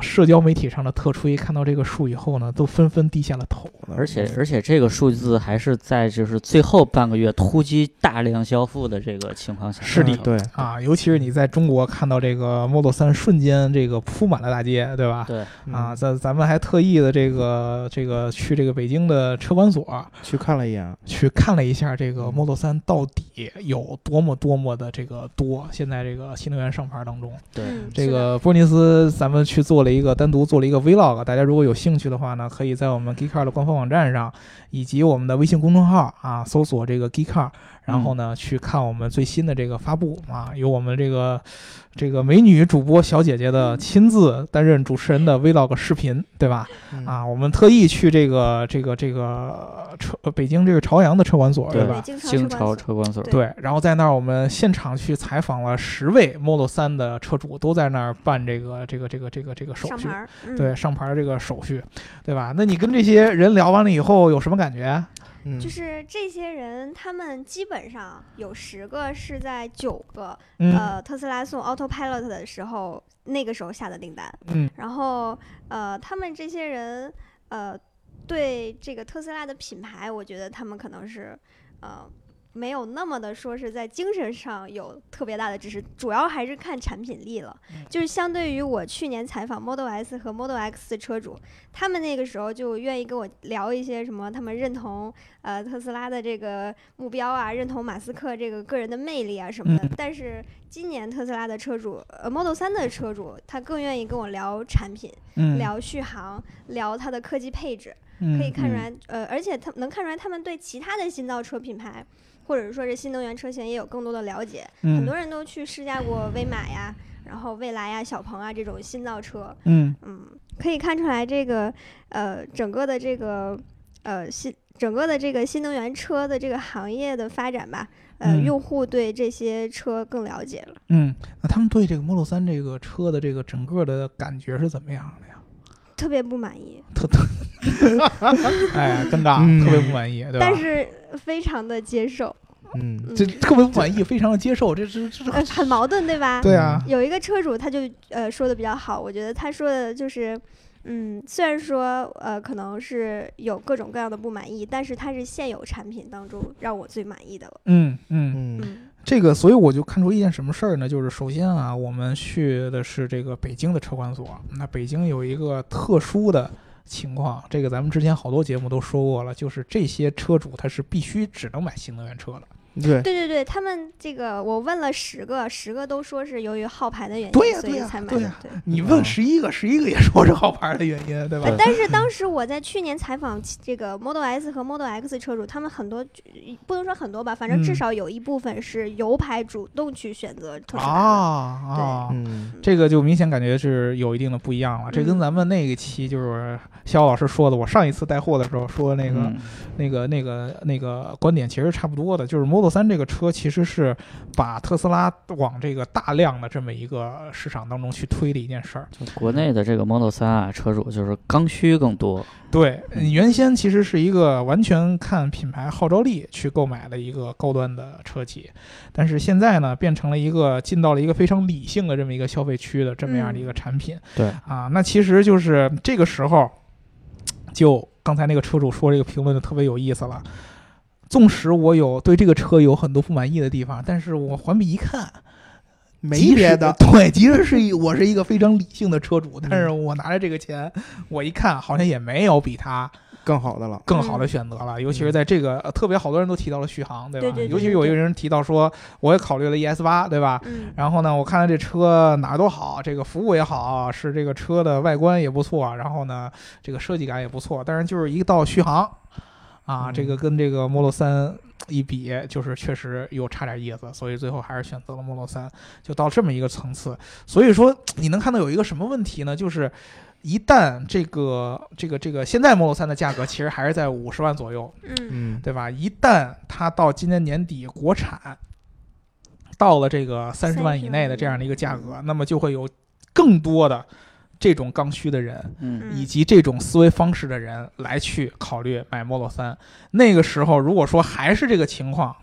Speaker 3: 社交媒体上的特吹看到这个数以后呢，都纷纷低下了头。
Speaker 1: 嗯
Speaker 2: 而且
Speaker 3: 嗯
Speaker 2: 而且这个数字还是在就是最后半个月突击大量交付的这个情况下，
Speaker 3: 是的
Speaker 1: 嗯对，
Speaker 3: 啊，尤其是你在中国看到这个 Model 3瞬间这个铺满了大街，对吧？
Speaker 2: 对，
Speaker 1: 嗯
Speaker 3: 啊，咱咱们还特意的这个这个去这个北京的车管所
Speaker 1: 去看了一眼，
Speaker 3: 去看了一下这个
Speaker 1: 嗯
Speaker 3: Model 3到底有多么多么的这个多，现在这个新能源上牌当中。
Speaker 2: 对
Speaker 4: 嗯
Speaker 3: 这
Speaker 4: 是的
Speaker 3: 个波尼斯，咱们去做了一个单独做了一个 vlog，大家如果有兴趣的话呢，可以在我们 Geekcar 的官方网站上，以及我们的微信公众号啊，搜索这个 Geekcar，然后呢、去看我们最新的这个发布啊，有我们这个这个美女主播小姐姐的亲自担任主持人的 vlog 视频，对吧？
Speaker 1: 嗯
Speaker 3: 啊，我们特意去这个这个这个车呃北京这个朝阳的车管所，
Speaker 2: 对
Speaker 3: 吧
Speaker 4: 北？京
Speaker 2: 京
Speaker 4: 超
Speaker 2: 潮
Speaker 4: 车
Speaker 2: 车管所，
Speaker 4: 对
Speaker 3: 对，然后在那儿我们现场去采访了十位 Model 3的车主，都在那儿办这个这个这个这个这个手
Speaker 4: 上
Speaker 3: 续
Speaker 4: 牌，儿，嗯
Speaker 3: 对，上牌儿这个手续，对吧？那你跟这些人聊完了以后有什么感觉？啊
Speaker 1: 嗯
Speaker 4: 就是这些人，他们基本上有十个是在九个、
Speaker 3: 嗯
Speaker 4: 呃特斯拉送 Autopilot 的时候，那个时候下的订单。
Speaker 3: 嗯
Speaker 4: 然后呃，他们这些人呃，对这个特斯拉的品牌，我觉得他们可能是呃没有那么的说是在精神上有特别大的支持，主要还是看产品力了。就是相对于我去年采访 Model S 和 Model X 的车主，他们那个时候就愿意跟我聊一些什么，他们认同呃特斯拉的这个目标啊，认同马斯克这个个人的魅力啊什么的。但是今年特斯拉的车主，呃 Model 3的车主，他更愿意跟我聊产品、
Speaker 3: 嗯，
Speaker 4: 聊续航、聊它的科技配置。可
Speaker 3: 可
Speaker 4: 以看出
Speaker 2: 嗯
Speaker 4: 来，呃，而且他能看出来他们对其他的新造车品牌，或者说是新能源车型也有更多的了解。很
Speaker 3: 很
Speaker 4: 多人都去试驾过威马呀，然后蔚来呀、小鹏啊这种新造车，
Speaker 3: 嗯
Speaker 4: 嗯，可以看出来这个呃整个的这个呃新整个的这个新能源车的这个行业的发展吧，呃，
Speaker 3: 嗯
Speaker 4: 用户对这些车更了解了。
Speaker 3: 嗯，那他们对这个 Model 3这个车的这个整个的感觉是怎么样的呀？
Speaker 4: 特别不满意，
Speaker 3: 特特，哎，真的啊
Speaker 1: 嗯
Speaker 3: 特别不满意，对吧
Speaker 4: 但？是呃非常的 接受，
Speaker 1: 嗯，
Speaker 4: 嗯
Speaker 3: 这，特别不满意，非常的接受，这这这
Speaker 4: 呃
Speaker 3: 这，
Speaker 4: 很矛盾，对吧？
Speaker 3: 对啊，
Speaker 4: 有一个车主，他就呃说的比较好，我觉得他说的就是，嗯，虽然说呃可能是有各种各样的不满意，但是它是现有产品当中让我最满意的了。
Speaker 3: 嗯嗯。
Speaker 1: 嗯
Speaker 4: 嗯
Speaker 3: 这个，所以我就看出一件什么事儿呢？就是首先啊，我们去的是这个北京的车管所，那北京有一个特殊的情况，这个咱们之前好多节目都说过了，就是这些车主他是必须只能买新能源车的。
Speaker 1: 对，
Speaker 4: 对对对，他们这个我问了十个，十个都说是由于号牌的原因，
Speaker 3: 对呀
Speaker 4: 所
Speaker 3: 对
Speaker 4: 以
Speaker 3: 呀
Speaker 4: 才买的。
Speaker 3: 对呀
Speaker 4: 对
Speaker 3: 你问
Speaker 1: 嗯
Speaker 3: 十一个，十一个也说是号牌的原因，对吧？
Speaker 2: 对
Speaker 4: 但是当时我在去年采访其这个 Model S 和 Model X 车主，他们很多不能说很多吧，反正
Speaker 3: 嗯
Speaker 4: 至少有一部分是油牌主动去选择特斯拉的。
Speaker 3: 啊啊，
Speaker 1: 嗯
Speaker 3: 这个就明显感觉是有一定的不一样了。这跟
Speaker 4: 嗯
Speaker 3: 咱们那一期就是肖老师说的，我上一次带货的时候说那个、
Speaker 2: 嗯
Speaker 3: 那个、那个、那个观点其实差不多的，就是 Model 3这个车其实是把特斯拉往这个大量的这么一个市场当中去推的一件事儿。
Speaker 2: 就国内的这个 Model 3啊，车主就是刚需更多，
Speaker 3: 对，嗯原先其实是一个完全看品牌号召力去购买的一个高端的车企，但是现在呢，变成了一个进到了一个非常理性的这么一个消费区的这么样的一
Speaker 1: 嗯
Speaker 3: 个产品。
Speaker 2: 对
Speaker 3: 啊，那其实就是这个时候，就刚才那个车主说这个评论就特别有意思了。纵使我有对这个车有很多不满意的地方，但是我环比一看，
Speaker 1: 没
Speaker 3: 即
Speaker 1: 别
Speaker 3: 使
Speaker 1: 的，嗯
Speaker 3: 对， 即使是一我是一个非常理性的车主，但是我拿着这个钱，我一看好像也没有比它
Speaker 1: 更好的了，
Speaker 3: 更好
Speaker 4: 嗯
Speaker 3: 的选择了。尤其是在这个、呃特别好多人都提到了续航，对吧？
Speaker 4: 对对对
Speaker 3: 尤其是有一个人提到说，我也考虑了 ES 八，对吧？
Speaker 4: 嗯，
Speaker 3: 然后呢，我看了这车哪儿都好，这个服务也好，是这个车的外观也不错，然后呢，这个设计感也不错，但是就是一到续航，啊，
Speaker 1: 嗯
Speaker 3: 这个跟这个 Model 3一比，就是确实有差点意思，所以最后还是选择了 Model 3，就到这么一个层次。所以说，你能看到有一个什么问题呢？就是。一旦这个这个这个现在 Model 3的价格其实还是在五十万左右，
Speaker 4: 嗯
Speaker 1: 嗯，
Speaker 3: 对吧？一旦它到今年年底国产到了这个三十万以内的这样的一个价格，那么就会有更多的这种刚需的人，
Speaker 2: 嗯
Speaker 3: 以及这种思维方式的人来去考虑买 Model 3。那个时候，如果说还是这个情况，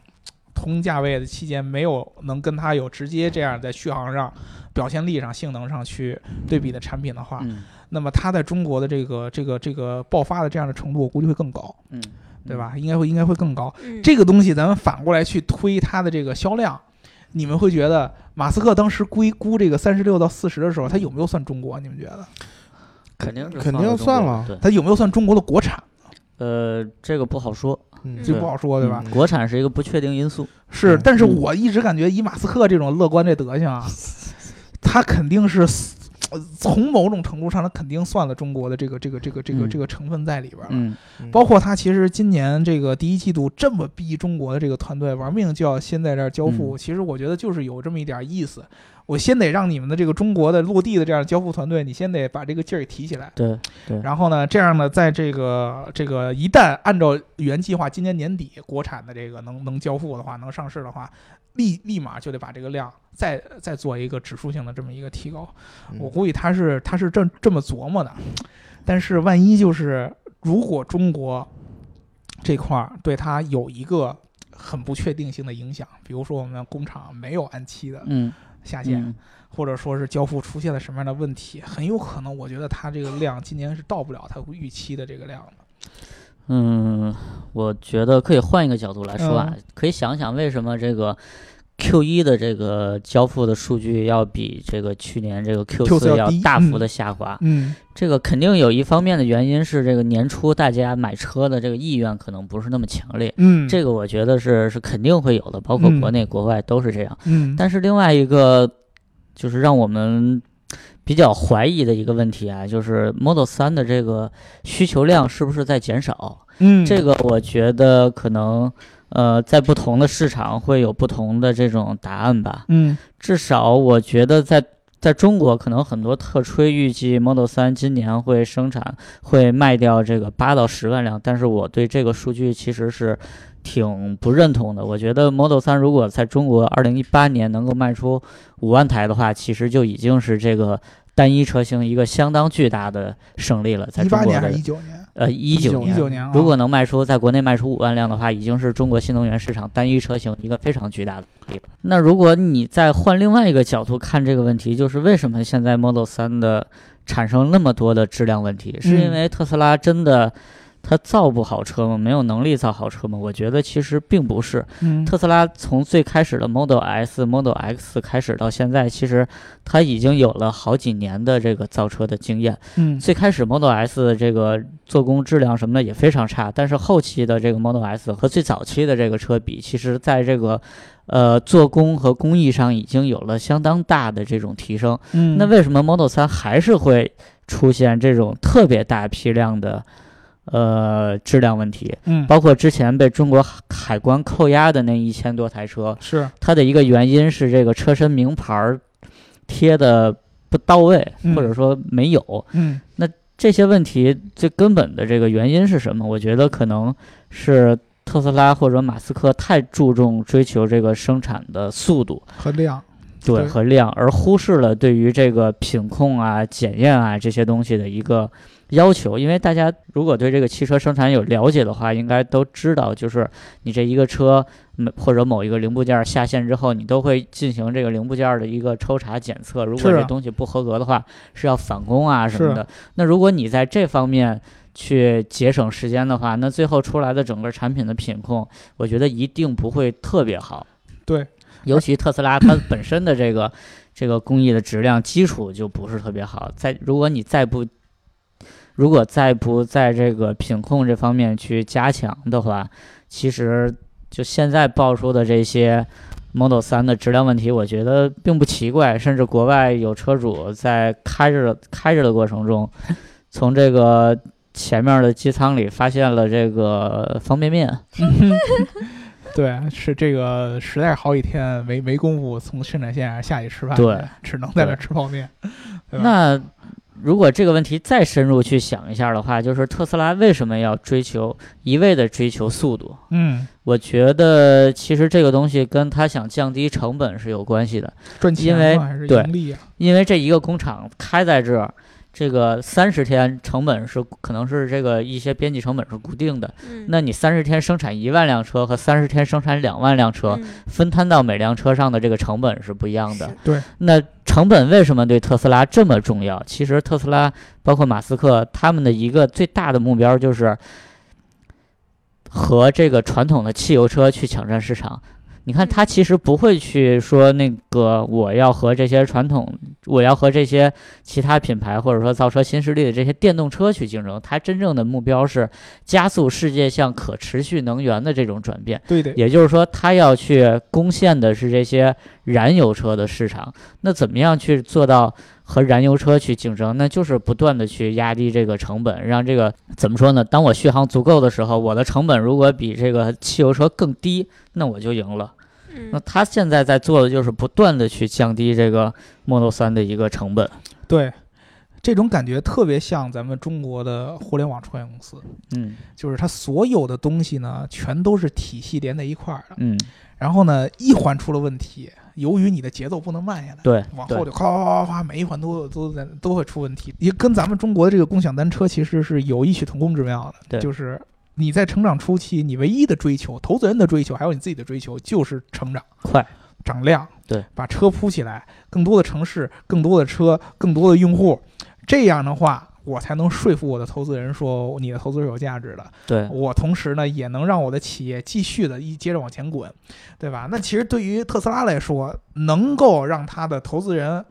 Speaker 3: 同价位的期间没有能跟它有直接这样在续航上、表现力上、性能上去对比的产品的话，
Speaker 2: 嗯
Speaker 3: 那么它在中国的这个这个这个爆发的这样的程度，我估计会更高，
Speaker 2: 嗯，
Speaker 3: 对吧？应该会应该会更高。
Speaker 4: 嗯，
Speaker 3: 这个东西咱们反过来去推它的这个销量，你们会觉得马斯克当时估估这个三十六到四十的时候，他有没有算中国？你们觉得
Speaker 2: 肯定是
Speaker 1: 肯
Speaker 2: 放
Speaker 1: 定
Speaker 2: 到中国
Speaker 1: 算了
Speaker 2: 对，
Speaker 3: 他有没有算中国的国产？
Speaker 2: 呃，这个不好说，
Speaker 1: 嗯
Speaker 3: 这
Speaker 2: 对
Speaker 3: 不好说，哦对吧？
Speaker 1: 嗯
Speaker 2: 国产是一个不确定因素。
Speaker 3: 是，
Speaker 1: 嗯
Speaker 3: 但是我一直感觉以马斯克这种乐观这德 行啊，他肯定是死。呃从某种程度上，他肯定算了中国的这个这个这个这个
Speaker 2: 嗯
Speaker 3: 这个成分在里边了。
Speaker 2: 嗯，
Speaker 1: 嗯
Speaker 3: 包括他其实今年这个第一季度这么逼中国的这个团队玩命就要先在这儿交付，
Speaker 2: 嗯
Speaker 3: 其实我觉得就是有这么一点意思。我先得让你们的这个中国的落地的这样的交付团队，你先得把这个劲儿给提起来。
Speaker 2: 对，
Speaker 3: 然后呢，这样呢，在这个这个一旦按照原计划，今年年底国产的这个能能交付的话，能上市的话，立立马就得把这个量再再做一个指数性的这么一个提高。
Speaker 1: 嗯
Speaker 3: 我估计他是他是这这么琢磨的，但是万一就是如果中国这块儿对他有一个很不确定性的影响，比如说我们工厂没有按期的
Speaker 2: 嗯，
Speaker 3: 下线，
Speaker 2: 嗯
Speaker 3: 或者说是交付出现了什么样的问题，很有可能我觉得他这个量今年是到不了他预期的这个量的。
Speaker 2: 嗯，我觉得可以换一个角度来说
Speaker 3: 嗯
Speaker 2: 啊，可以想想为什么这个 Q 一的这个交付的数据要比这个去年这个 Q
Speaker 3: Q 四
Speaker 2: 四
Speaker 3: 要
Speaker 2: 要
Speaker 3: 低
Speaker 2: 大幅
Speaker 3: 嗯
Speaker 2: 的下滑。
Speaker 3: 嗯
Speaker 2: 这个肯定有一方面的原因是这个年初大家买车的这个意愿可能不是那么强烈，
Speaker 3: 嗯，
Speaker 2: 这个我觉得是是肯定会有的，包括
Speaker 3: 嗯
Speaker 2: 国内国外都是这样。
Speaker 3: 嗯，
Speaker 2: 但是另外一个就是让我们比较怀疑的一个问题啊，就是 Model 3的这个需求量是不是在减少？
Speaker 3: 嗯
Speaker 2: 这个我觉得可能呃，在不同的市场会有不同的这种答案吧。
Speaker 3: 嗯
Speaker 2: 至少我觉得在在中国，可能很多特吹预计 Model 3今年会生产会卖掉这个八到十万辆，但是我对这个数据其实是挺不认同的。我觉得 Model 3如果在中国2018年能够卖出五万台的话，其实就已经是这个单一车型一个相当巨大的胜利了。在
Speaker 3: 一
Speaker 2: 中
Speaker 3: 八
Speaker 2: 国
Speaker 3: 年还
Speaker 2: 的
Speaker 3: 是一九年？
Speaker 2: 呃一九
Speaker 3: 一九年啊，
Speaker 2: 如果能卖出在国内卖出五万辆的话，已经是中国新能源市场单一车型一个非常巨大的努力了。那如果你再换另外一个角度看这个问题，就是为什么现
Speaker 3: 嗯
Speaker 2: 在 Model 3的产生那么多的质量问题，是因为特斯拉真的它造不好车吗？没有能力造好车吗？我觉得其实并不是。
Speaker 3: 嗯
Speaker 2: 特斯拉从最开始的 Model S、Model X 开始到现在，其实它已经有了好几年的这个造车的经验。
Speaker 3: 嗯
Speaker 2: 最开始 Model S 的这个做工质量什么的也非常差，但是后期的这个 Model S 和最早期的这个车比，其实在这个呃做工和工艺上已经有了相当大的这种提升。
Speaker 3: 嗯，
Speaker 2: 那为什么 Model 3还是会出现这种特别大批量的呃质量问题？
Speaker 3: 嗯
Speaker 2: 包括之前被中国海海关扣押的那一千多台车，
Speaker 3: 是
Speaker 2: 它的一个原因是这个车身名牌儿贴的不到位，
Speaker 3: 嗯
Speaker 2: 或者说没有。
Speaker 3: 嗯
Speaker 2: 这些问题最根本的这个原因是什么？我觉得可能是特斯拉或者马斯克太注重追求这个生产的速度
Speaker 3: 和量对
Speaker 2: 对和量，而忽视了对于这个品控啊、检验啊这些东西的一个要求。因为大家如果对这个汽车生产有了解的话，应该都知道，就是你这一个车嗯或者某一个零部件下线之后，你都会进行这个零部件的一个抽查检测。如果
Speaker 3: 是啊
Speaker 2: 这东西不合格的话，是要返工啊什么
Speaker 3: 是
Speaker 2: 的。那如果你在这方面去节省时间的话，那最后出来的整个产品的品控，我觉得一定不会特别好。
Speaker 3: 对，
Speaker 2: 尤其特斯拉它本身的这个这个工艺的质量基础就不是特别好。再如果你再不如果再不在这个品控这方面去加强的话，其实就现在爆出的这些 Model 3的质量问题，我觉得并不奇怪。甚至国外有车主在开着的开着的过程中，从这个前面的机舱里发现了这个方便面。
Speaker 3: 对，是这个实在是好几天没没工夫从生产线上下去吃饭，
Speaker 2: 对，
Speaker 3: 只能在那吃泡面。对吧
Speaker 2: 那如果这个问题再深入去想一下的话，就是特斯拉为什么要追求一味的追求速度？
Speaker 3: 嗯，
Speaker 2: 我觉得其实这个东西跟他想降低成本是有关系的。
Speaker 3: 赚钱
Speaker 2: 因为
Speaker 3: 吗还是
Speaker 2: 对
Speaker 3: 盈利啊？
Speaker 2: 因为这一个工厂开在这儿，这个三十天成本是可能是这个一些边际成本是固定的。
Speaker 4: 嗯，
Speaker 2: 那你三十天生产一万辆车和三十天生产两万辆车，
Speaker 4: 嗯
Speaker 2: 分摊到每辆车上的这个成本是不一样的
Speaker 4: 是。
Speaker 2: 那成本为什么对特斯拉这么重要？其实特斯拉包括马斯克他们的一个最大的目标就是和这个传统的汽油车去抢占市场。你看，他其实不会去说那个我要和这些传统，我要和这些其他品牌或者说造车新势力的这些电动车去竞争。他真正的目标是加速世界向可持续能源的这种转变。
Speaker 3: 对的，
Speaker 2: 也就是说，它要去攻陷的是这些燃油车的市场。那怎么样去做到和燃油车去竞争？那就是不断的去压低这个成本，让这个怎么说呢？当我续航足够的时候，我的成本如果比这个汽油车更低，那我就赢了。
Speaker 4: 嗯
Speaker 2: 那他现在在做的就是不断的去降低这个 Model 3的一个成本。
Speaker 3: 对，这种感觉特别像咱们中国的互联网创业公司，
Speaker 2: 嗯
Speaker 3: 就是它所有的东西呢，全都是体系连在一块儿的。
Speaker 2: 嗯，
Speaker 3: 然后呢，一环出了问题，由于你的节奏不能慢下来，
Speaker 2: 对
Speaker 3: 往
Speaker 2: 对
Speaker 3: 后就夸夸夸夸，每一环都都在都会出问题，也跟咱们中国的这个共享单车其实是有异曲同工之妙的，
Speaker 2: 对
Speaker 3: 就是。你在成长初期，你唯一的追求，投资人的追求，还有你自己的追求，就是成长、
Speaker 2: 快，
Speaker 3: 涨量，
Speaker 2: 对，
Speaker 3: 把车铺起来，更多的城市，更多的车，更多的用户，这样的话，我才能说服我的投资人说你的投资是有价值的。
Speaker 2: 对，
Speaker 3: 我同时呢也能让我的企业继续的一接着往前滚，对吧？那其实对于特斯拉来说，能够让他的投资人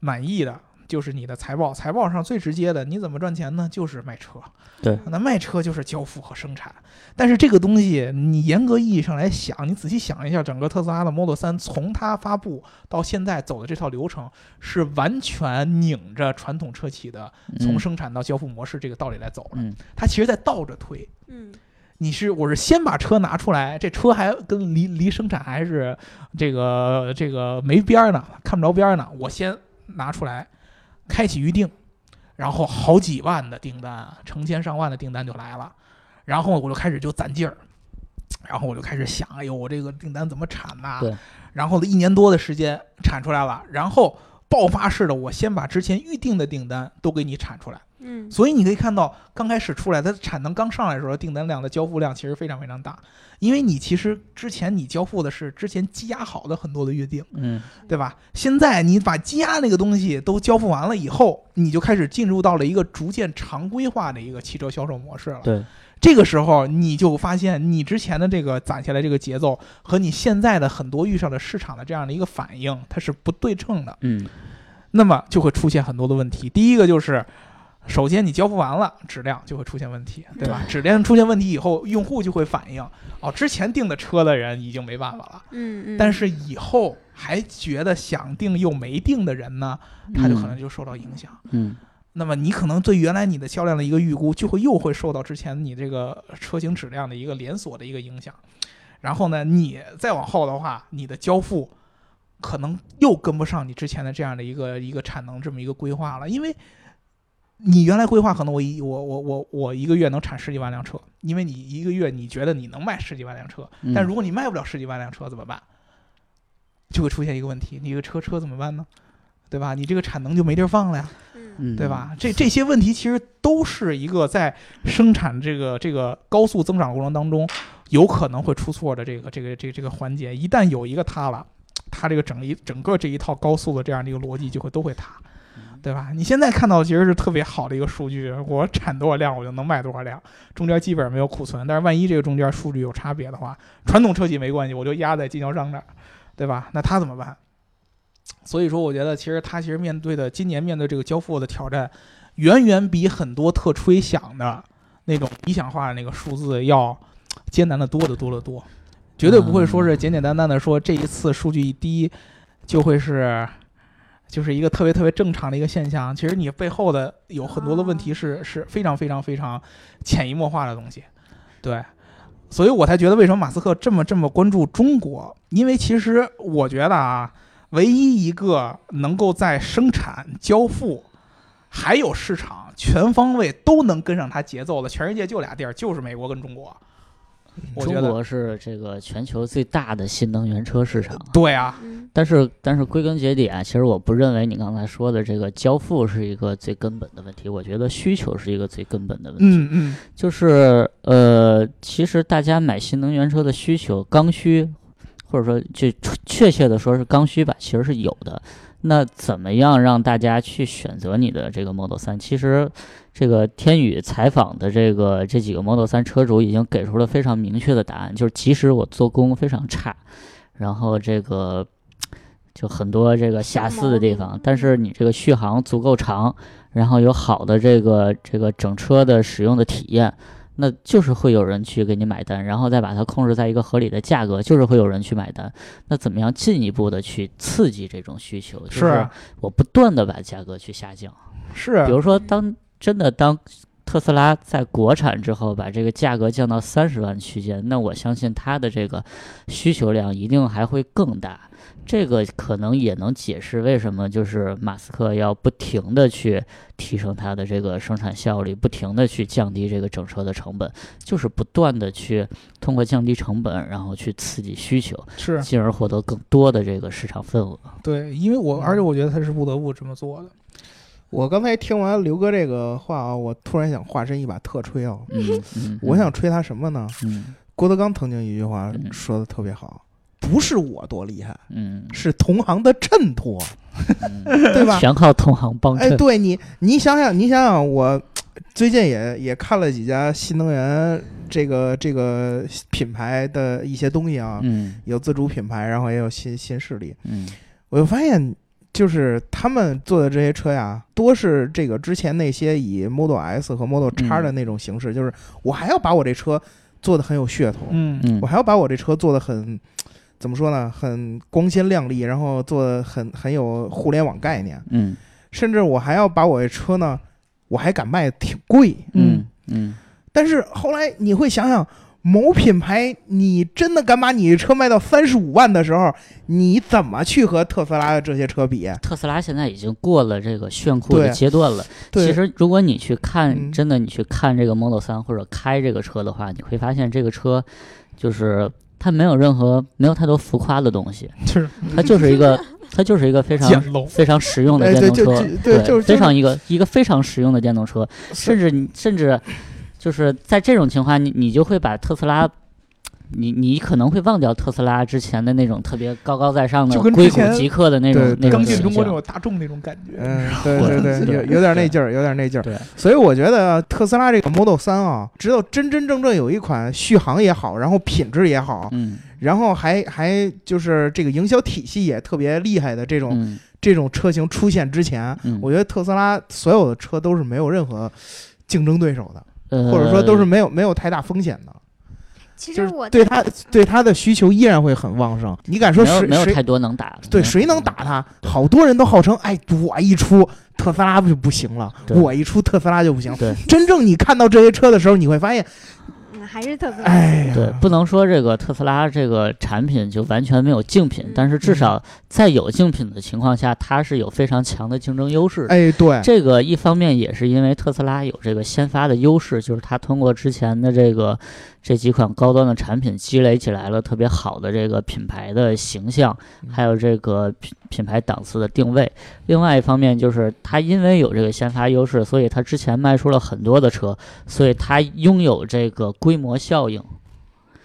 Speaker 3: 满意的。就是你的财报，财报上最直接的，你怎么赚钱呢？就是卖车。
Speaker 2: 对
Speaker 3: 那卖车就是交付和生产。但是这个东西，你严格意义上来想，你仔细想一下，整个特斯拉的 Model 3从它发布到现在走的这套流程，是完全拧着传统车企的从
Speaker 2: 嗯
Speaker 3: 生产到交付模式这个道理来走的。
Speaker 2: 嗯
Speaker 3: 它其实在倒着推，
Speaker 4: 嗯
Speaker 3: 你是我是先把车拿出来，这车还跟离离生产还是这个这个没边儿呢，看不着边儿呢。我先拿出来，开启预定，然后好几万的订单，成千上万的订单就来了，然后我就开始就攒劲儿，然后我就开始想，哎呦，我这个订单怎么产呐、
Speaker 2: 对
Speaker 3: 然后一年多的时间产出来了，然后爆发式的，我先把之前预定的订单都给你产出来。
Speaker 4: 嗯
Speaker 3: 所以你可以看到，刚开始出来，它的产能刚上来的时候，订单量的交付量其实非常非常大，因为你其实之前你交付的是之前积压好的很多的预定，
Speaker 2: 嗯
Speaker 3: 对吧？现在你把积压那个东西都交付完了以后，你就开始进入到了一个逐渐常规化的一个汽车销售模式了。
Speaker 2: 对，
Speaker 3: 这个时候你就发现，你之前的这个攒下来这个节奏和你现在的很多遇上的市场的这样的一个反应，它是不对称的。
Speaker 2: 嗯
Speaker 3: 那么就会出现很多的问题。第一个就是，首先你交付完了，质量就会出现问题，
Speaker 4: 嗯
Speaker 3: 对吧？质量出现问题以后，用户就会反映，哦，之前订的车的人已经没办法了，
Speaker 4: 嗯嗯，
Speaker 3: 但是以后还觉得想订又没订的人呢，他就可能就受到影响。
Speaker 2: 嗯
Speaker 3: 那么你可能对原来你的销量的一个预估，就会又会受到之前你这个车型质量的一个连锁的一个影响。然后呢，你再往后的话，你的交付可能又跟不上你之前的这样的一个一个产能这么一个规划了，因为你原来规划可能我一我我我我一个月能产十几万辆车，因为你一个月你觉得你能卖十几万辆车，
Speaker 2: 嗯，
Speaker 3: 但如果你卖不了十几万辆车怎么办？就会出现一个问题，你这个车车怎么办呢？对吧？你这个产能就没地儿放了呀。
Speaker 4: 嗯
Speaker 2: 嗯
Speaker 3: 对吧？？这这些问题其实都是一个在生产这个这个高速增长的过程当中，有可能会出错的这个这个这个、这个环节，一旦有一个塌了，它这个整一整个这一套高速的这样的一个逻辑就会都会塌，对吧？你现在看到其实是特别好的一个数据，我产多少辆我就能卖多少辆，中间基本上没有库存，但是万一这个中间数据有差别的话，传统车企没关系，我就压在经销商那儿，对吧？那他怎么办？所以说，我觉得其实他其实面对的今年面对这个交付的挑战，远远比很多特吹想的那种理想化的那个数字要艰难的多得多得多，绝对不会说是简简单单的说这一次数据一低就会是。就是一个特别特别正常的一个现象，其实你背后的有很多的问题是是非常非常非常潜移默化的东西，对，所以我才觉得为什么马斯克这么这么关注中国，因为其实我觉得啊，唯一一个能够在生产、交付，还有市场全方位都能跟上它节奏的，全世界就俩地儿，就是美国跟中国。我
Speaker 2: 中
Speaker 3: 觉得
Speaker 2: 国是这个全球最大的新能源车市场，
Speaker 3: 对啊，
Speaker 4: 嗯
Speaker 2: 但是但是归根结底啊，其实我不认为你刚才说的这个交付是一个最根本的问题，我觉得需求是一个最根本的问题。
Speaker 3: 嗯嗯，
Speaker 2: 就是呃，其实大家买新能源车的需求刚需，或者说就确确切的说是刚需吧，其实是有的。那怎么样让大家去选择你的这个 Model 3？其实，这个天宇采访的这个这几个 Model 3车主已经给出了非常明确的答案，就是即使我做工非常差，然后这个就很多这个瑕疵的地
Speaker 4: 小毛
Speaker 2: 方
Speaker 4: 病，
Speaker 2: 但是你这个续航足够长，然后有好的这个这个整车的使用的体验，那就是会有人去给你买单，然后再把它控制在一个合理的价格，就是会有人去买单。那怎么样进一步的去刺激这种需求？就是我不断的把价格去下降。
Speaker 3: 是啊
Speaker 2: 比，如说，当真的当特斯拉在国产之后把这个价格降到三十万区间，那我相信它的这个需求量一定还会更大。这个可能也能解释为什么就是马斯克要不停的去提升它的这个生产效率，不停的去降低这个整车的成本，就是不断的去通过降低成本，然后去刺激需求，
Speaker 3: 是
Speaker 2: 进而获得更多的这个市场份额。
Speaker 3: 对，因为我而且我觉得他是不得不这么做的。
Speaker 1: 我刚才听完刘哥这个话啊，我突然想化身一把特吹啊。
Speaker 2: 嗯，嗯
Speaker 1: 我想，吹他什么呢？
Speaker 2: 嗯
Speaker 1: 郭德纲曾经一句话
Speaker 2: 嗯
Speaker 1: 说的特别好，不是我多厉害，
Speaker 2: 嗯，
Speaker 1: 是同行的衬 托，
Speaker 2: 嗯
Speaker 1: 对吧？
Speaker 2: 全靠同行帮
Speaker 1: 哎，
Speaker 2: 衬。
Speaker 1: 对你，你想想，你想想，我最近也也看了几家新能源这个这个品牌的一些东西啊，
Speaker 2: 嗯
Speaker 1: 有自主品牌，然后也有新新势力，
Speaker 2: 嗯
Speaker 1: 我就发现。就是他们做的这些车呀，多是这个之前那些以 Model S 和 Model X
Speaker 2: 嗯
Speaker 1: 的那种形式，就是我还要把我这车做的很有噱头，
Speaker 3: 嗯
Speaker 2: 嗯
Speaker 1: 我，还要把我这车做的很，怎么说呢，很光鲜亮丽，然后做的很很有互联网概念，
Speaker 2: 嗯
Speaker 1: 甚至我还要把我这车呢，我还敢卖挺贵。
Speaker 2: 嗯嗯
Speaker 1: 但是后来你会想想，某品牌你真的敢把你的车卖到三十五万的时候，你怎么去和特斯拉的这些车比？
Speaker 2: 特斯拉现在已经过了这个炫酷的
Speaker 1: 对
Speaker 2: 阶段了。
Speaker 1: 对，
Speaker 2: 其实如果你去看，
Speaker 1: 嗯
Speaker 2: 真的你去看这个 Model 三或者开这个车的话，你会发现这个车就是它没有任何没有太多浮夸的东西，
Speaker 3: 就是
Speaker 2: 它就是一 个它就是一个非常
Speaker 3: 简陋。
Speaker 2: 非常实用的
Speaker 1: 哎
Speaker 2: 电
Speaker 1: 对就
Speaker 2: 动车，
Speaker 1: 就对就是
Speaker 2: 非
Speaker 1: 就是
Speaker 2: 常一个一个非常实用的电动车，甚至你甚至就是在这种情况下，你你就会把特斯拉。你你可能会忘掉特斯拉之前的那种特别高高在上的
Speaker 3: 就跟之
Speaker 2: 硅谷
Speaker 3: 前
Speaker 2: 极客的那种
Speaker 1: 对
Speaker 2: 那种
Speaker 3: 刚
Speaker 2: 形
Speaker 3: 进中国那
Speaker 2: 象
Speaker 3: 种大众那种感觉，
Speaker 1: 嗯，对对对，
Speaker 2: 对
Speaker 1: 有有点那劲儿，有点那劲儿。
Speaker 2: 对，
Speaker 1: 所以我觉得特斯拉这个 Model 三啊，只有真真正正有一款续航也好，然后品质也好，
Speaker 2: 嗯
Speaker 1: 然后还还就是这个营销体系也特别厉害的这种、
Speaker 2: 嗯
Speaker 1: 这种车型出现之前，
Speaker 2: 嗯，
Speaker 1: 我觉得特斯拉所有的车都是没有任何竞争对手的，
Speaker 2: 或
Speaker 1: 或者说都是没有没有太大风险的。
Speaker 4: 其
Speaker 1: 就
Speaker 4: 实
Speaker 1: 是
Speaker 4: 我
Speaker 1: 对它对它的需求依然会很旺盛。你敢说
Speaker 2: 没有
Speaker 1: 谁
Speaker 2: 没有
Speaker 1: 谁
Speaker 2: 太多能打的，
Speaker 1: 对
Speaker 2: 嗯
Speaker 1: 谁能打？它？好多人都号称，哎，我一出特斯拉不就不行了，
Speaker 2: 对
Speaker 1: 我一出特斯拉就不行。
Speaker 2: 对
Speaker 1: 真正你看到这些车的时候，你会发现，
Speaker 4: 嗯还是特斯拉。
Speaker 1: 哎呀，
Speaker 2: 对，不能说这个特斯拉这个产品就完全没有竞品
Speaker 4: 嗯，
Speaker 2: 但是至少在有竞品的情况下，它是有非常强的竞争优势的。
Speaker 1: 哎，对，
Speaker 2: 这个一方面也是因为特斯拉有这个先发的优势，就是它通过之前的这个这几款高端的产品积累起来了特别好的这个品牌的形象，还有这个品品牌档次的定位。另外一方面就是它因为有这个先发优势，所以它之前卖出了很多的车，所以它拥有这个规模效应。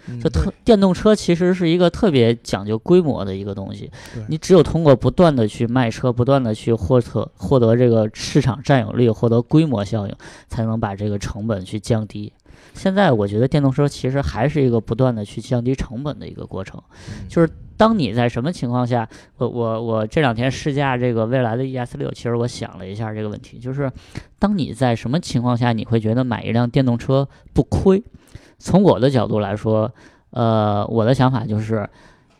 Speaker 1: 嗯
Speaker 2: 就特电动车其实是一个特别讲究规模的一个东西
Speaker 1: 对，
Speaker 2: 你只有通过不断的去卖车，不断的去获得获得这个市场占有率，获得规模效应，才能把这个成本去降低。现在我觉得电动车其实还是一个不断的去降低成本的一个过程，就是当你在什么情况下，我我我这两天试驾这个未来的 ES 六，其实我想了一下这个问题，就是当你在什么情况下你会觉得买一辆电动车不亏？从我的角度来说，呃，我的想法就是，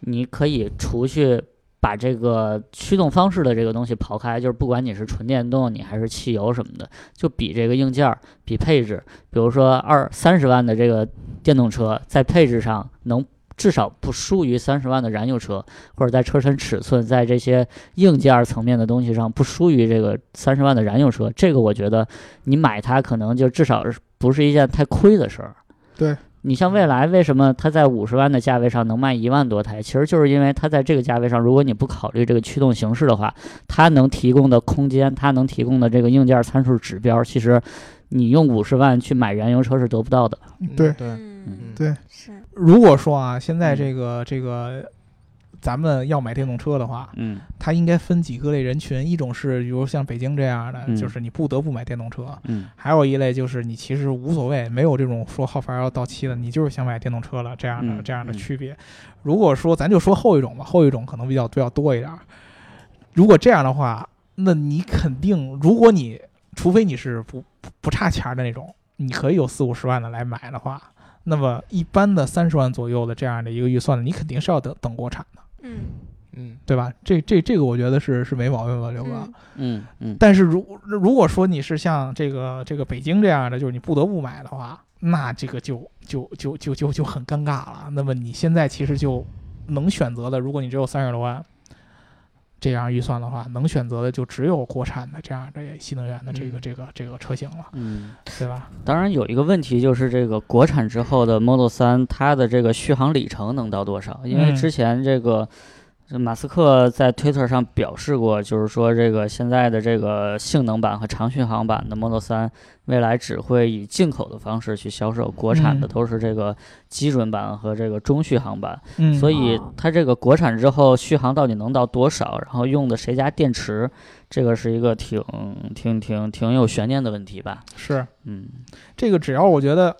Speaker 2: 你可以除去把这个驱动方式的这个东西刨开，就是不管你是纯电动，你还是汽油什么的，就比这个硬件儿，比配置，比如说二三十万的这个电动车，在配置上能。至少不输于三十万的燃油车，或者在车身尺寸、在这些硬件层面的东西上不输于这个三十万的燃油车。这个我觉得你买它可能就至少是不是一件太亏的事儿。你像蔚来，为什么它在五十万的价位上能卖一万多台？其实就是因为它在这个价位上，如果你不考虑这个驱动形式的话，它能提供的空间，它能提供的这个硬件参数指标，其实你用五十万去买燃油车是得不到的。
Speaker 3: 对
Speaker 1: 对，
Speaker 4: 嗯，
Speaker 3: 对
Speaker 4: 是
Speaker 3: 如果说啊，现
Speaker 2: 嗯
Speaker 3: 在这个这个，咱们要买电动车的话，
Speaker 2: 嗯
Speaker 3: 它应该分几个类人群，一种是比如像北京这样的，
Speaker 2: 嗯
Speaker 3: 就是你不得不买电动车；
Speaker 2: 嗯
Speaker 3: 还有一类就是你其实无所谓，没有这种说号牌要到期了，你就是想买电动车了这样的、
Speaker 2: 嗯
Speaker 3: 这样的
Speaker 2: 嗯
Speaker 3: 区别。如果说咱就说后一种吧，后一种可能比较比较多一点儿。如果这样的话，那你肯定，如果你除非你是不不不差钱儿的那种，你可以有四五十万的来买的话，那么一般的三十万左右的这样的一个预算，你肯定是要等等国产的，
Speaker 4: 嗯
Speaker 1: 嗯，
Speaker 3: 对吧？这这这个我觉得是是没毛病吧，刘哥。
Speaker 4: 嗯
Speaker 2: 嗯嗯
Speaker 3: 但是如如果说你是像这个这个北京这样的，就是你不得不买的话，那这个就就就就就就很尴尬了。那么你现在其实就能选择的，如果你只有三十多万这样预算的话，能选择的就只有国产的这样的新能源的这个、
Speaker 1: 嗯
Speaker 3: 这个这个车型了，
Speaker 2: 嗯。
Speaker 3: 对吧？
Speaker 2: 当然有一个问题就是这个国产之后的 Model 三，它的这个续航里程能到多少？因为
Speaker 3: 嗯
Speaker 2: 之前这个。这马斯克在推特上表示过，就是说这个现在的这个性能版和长续航版的 Model 3，未来只会以进口的方式去销售，国产的
Speaker 3: 嗯
Speaker 2: 都是这个基准版和这个中续航版。
Speaker 3: 嗯，
Speaker 2: 所以
Speaker 4: 哦
Speaker 2: 它这个国产之后续航到底能到多少，然后用的谁家电池，这个是一个挺挺挺挺有悬念的问题吧？
Speaker 3: 是
Speaker 2: 嗯，
Speaker 3: 这个只要我觉得，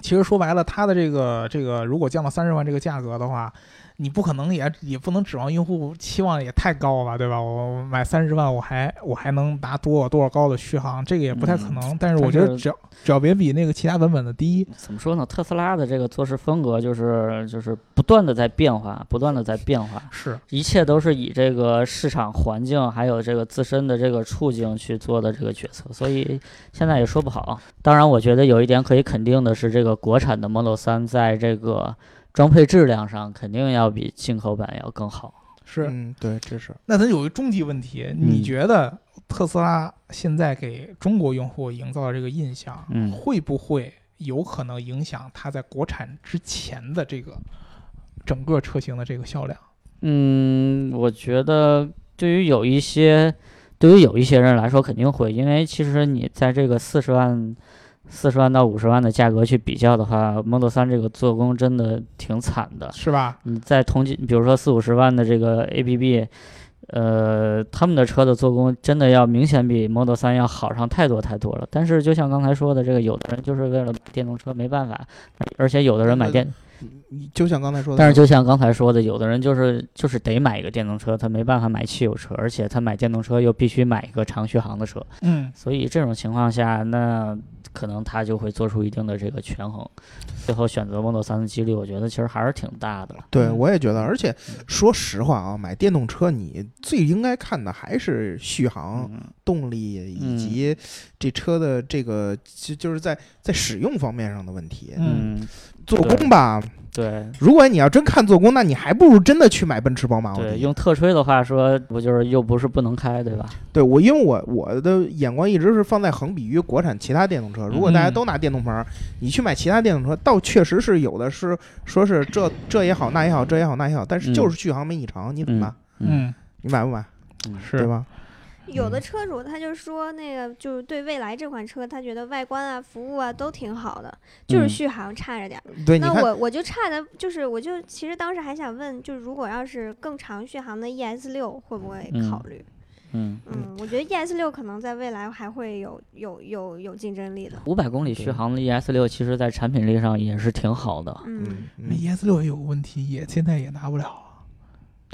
Speaker 3: 其实说白了，它的这个这个如果降到三十万这个价格的话，你不可能也也不能指望用户期望也太高吧，对吧？我买三十万，我还我还能拿多少多少高的续航，这个也不太可能。但是我觉得
Speaker 2: 但是嗯
Speaker 3: 只要只要别比那个其他版本的低，
Speaker 2: 怎么说呢？特斯拉的这个做事风格就是就是不断的在变化，不断的在变化，
Speaker 3: 是
Speaker 2: 一切都是以这个市场环境还有这个自身的这个处境去做的这个决策，所以现在也说不好。当然，我觉得有一点可以肯定的是，这个国产的 Model 3在这个装配质量上肯定要比进口版要更好。
Speaker 3: 是。
Speaker 1: 嗯，对，这是
Speaker 3: 那它有一个终极问题，你觉得特斯拉现在给中国用户营造的这个印象，
Speaker 2: 嗯
Speaker 3: 会不会有可能影响它在国产之前的这个整个车型的这个销量？
Speaker 2: 嗯，我觉得对于有一些，对于有一些人来说肯定会，因为其实你在这个四十万、四十万到五十万的价格去比较的话，Model 3这个做工真的挺惨的。
Speaker 3: 是吧？
Speaker 2: 你在同级，比如说四五十万的这个 ABB，呃，他们的车的做工真的要明显比 Model 3要好上太多太多了。但是就像刚才说的，这个有的人就是为了买电动车没办法，而且有的人买电，
Speaker 1: 就像刚才说的，
Speaker 2: 但是就像刚才说的，有的人就是就是得买一个电动车，他没办法买汽油车，而且他买电动车又必须买一个长续航的车，
Speaker 3: 嗯，
Speaker 2: 所以这种情况下，那可能他就会做出一定的这个权衡，最后选择 Model 3的几率，我觉得其实还是挺大的。
Speaker 1: 对，
Speaker 3: 嗯
Speaker 1: 我也觉得，而且
Speaker 2: 嗯
Speaker 1: 说实话啊，买电动车你最应该看的还是续航、
Speaker 2: 嗯，
Speaker 1: 动力以
Speaker 2: 嗯
Speaker 1: 及这车的这个，就就是在在使用方面上的问题。
Speaker 3: 嗯
Speaker 2: 嗯，
Speaker 1: 做
Speaker 2: 对
Speaker 1: 工吧，
Speaker 2: 对
Speaker 1: 如果你要真看做工，那你还不如真的去买奔驰、宝马、奥
Speaker 2: 对，
Speaker 1: 迪。
Speaker 2: 用特吹的话说，不就是又不是不能开，对吧？
Speaker 1: 对我，因为我我的眼光一直是放在横比于国产其他电动车。如果大家
Speaker 3: 嗯
Speaker 1: 都拿电动牌儿，你去买其他电动车，倒确实是有的是说是这这也好，那也好，这也好，那也好，但
Speaker 2: 嗯
Speaker 1: 是就是续航没你长，你怎么办？
Speaker 3: 嗯，
Speaker 1: 你买不买？对
Speaker 3: 是，
Speaker 1: 吧？
Speaker 4: 有
Speaker 3: 嗯
Speaker 4: 的车主他就说，那个就是对未来这款车，他觉得外观啊、服务啊都挺好的，就是
Speaker 2: 嗯
Speaker 4: 续航差着点儿。
Speaker 1: 对，你
Speaker 4: 那
Speaker 1: 看，
Speaker 4: 我我就差的就是，我就其实当时还想问，就如果要是更长续航的 ES 六会不会
Speaker 2: 嗯
Speaker 4: 考虑？
Speaker 2: 嗯，
Speaker 1: 嗯
Speaker 4: 嗯，我觉得 ES 六可能在未来还会有有有有竞争力的。
Speaker 2: 五百公里续
Speaker 1: 对
Speaker 2: 航的 ES 六，其实在产品力上也是挺好的。
Speaker 1: 嗯
Speaker 4: 嗯，
Speaker 1: 嗯
Speaker 3: ES 六也有个问题，也现在也拿不了啊。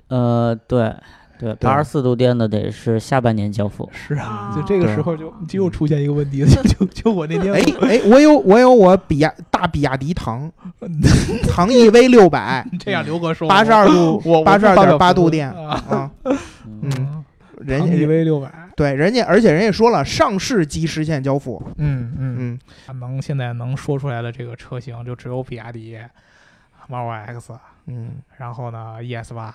Speaker 2: 呃，对对，
Speaker 1: 对
Speaker 2: 八十四度电的得是下半年交付。
Speaker 3: 是啊，
Speaker 4: 哦
Speaker 3: 就这个时候就就又出现一 个问题，就就就我那天
Speaker 1: 嗯哎哎，我有我有我比亚大比亚迪 唐唐 EV 六百
Speaker 3: 这样刘哥说
Speaker 1: 八十二度
Speaker 3: 我
Speaker 1: 八十二点八度电
Speaker 3: 电啊，
Speaker 1: 啊，嗯，
Speaker 3: 嗯，
Speaker 1: 人家
Speaker 3: EV 六百，
Speaker 1: 对人家，而且人家说了上市即实现交付，
Speaker 3: 嗯嗯，
Speaker 1: 嗯，
Speaker 3: 能现在能说出来的这个车型就只有比亚迪 Model X，
Speaker 1: 嗯
Speaker 3: 然后呢 ES 八。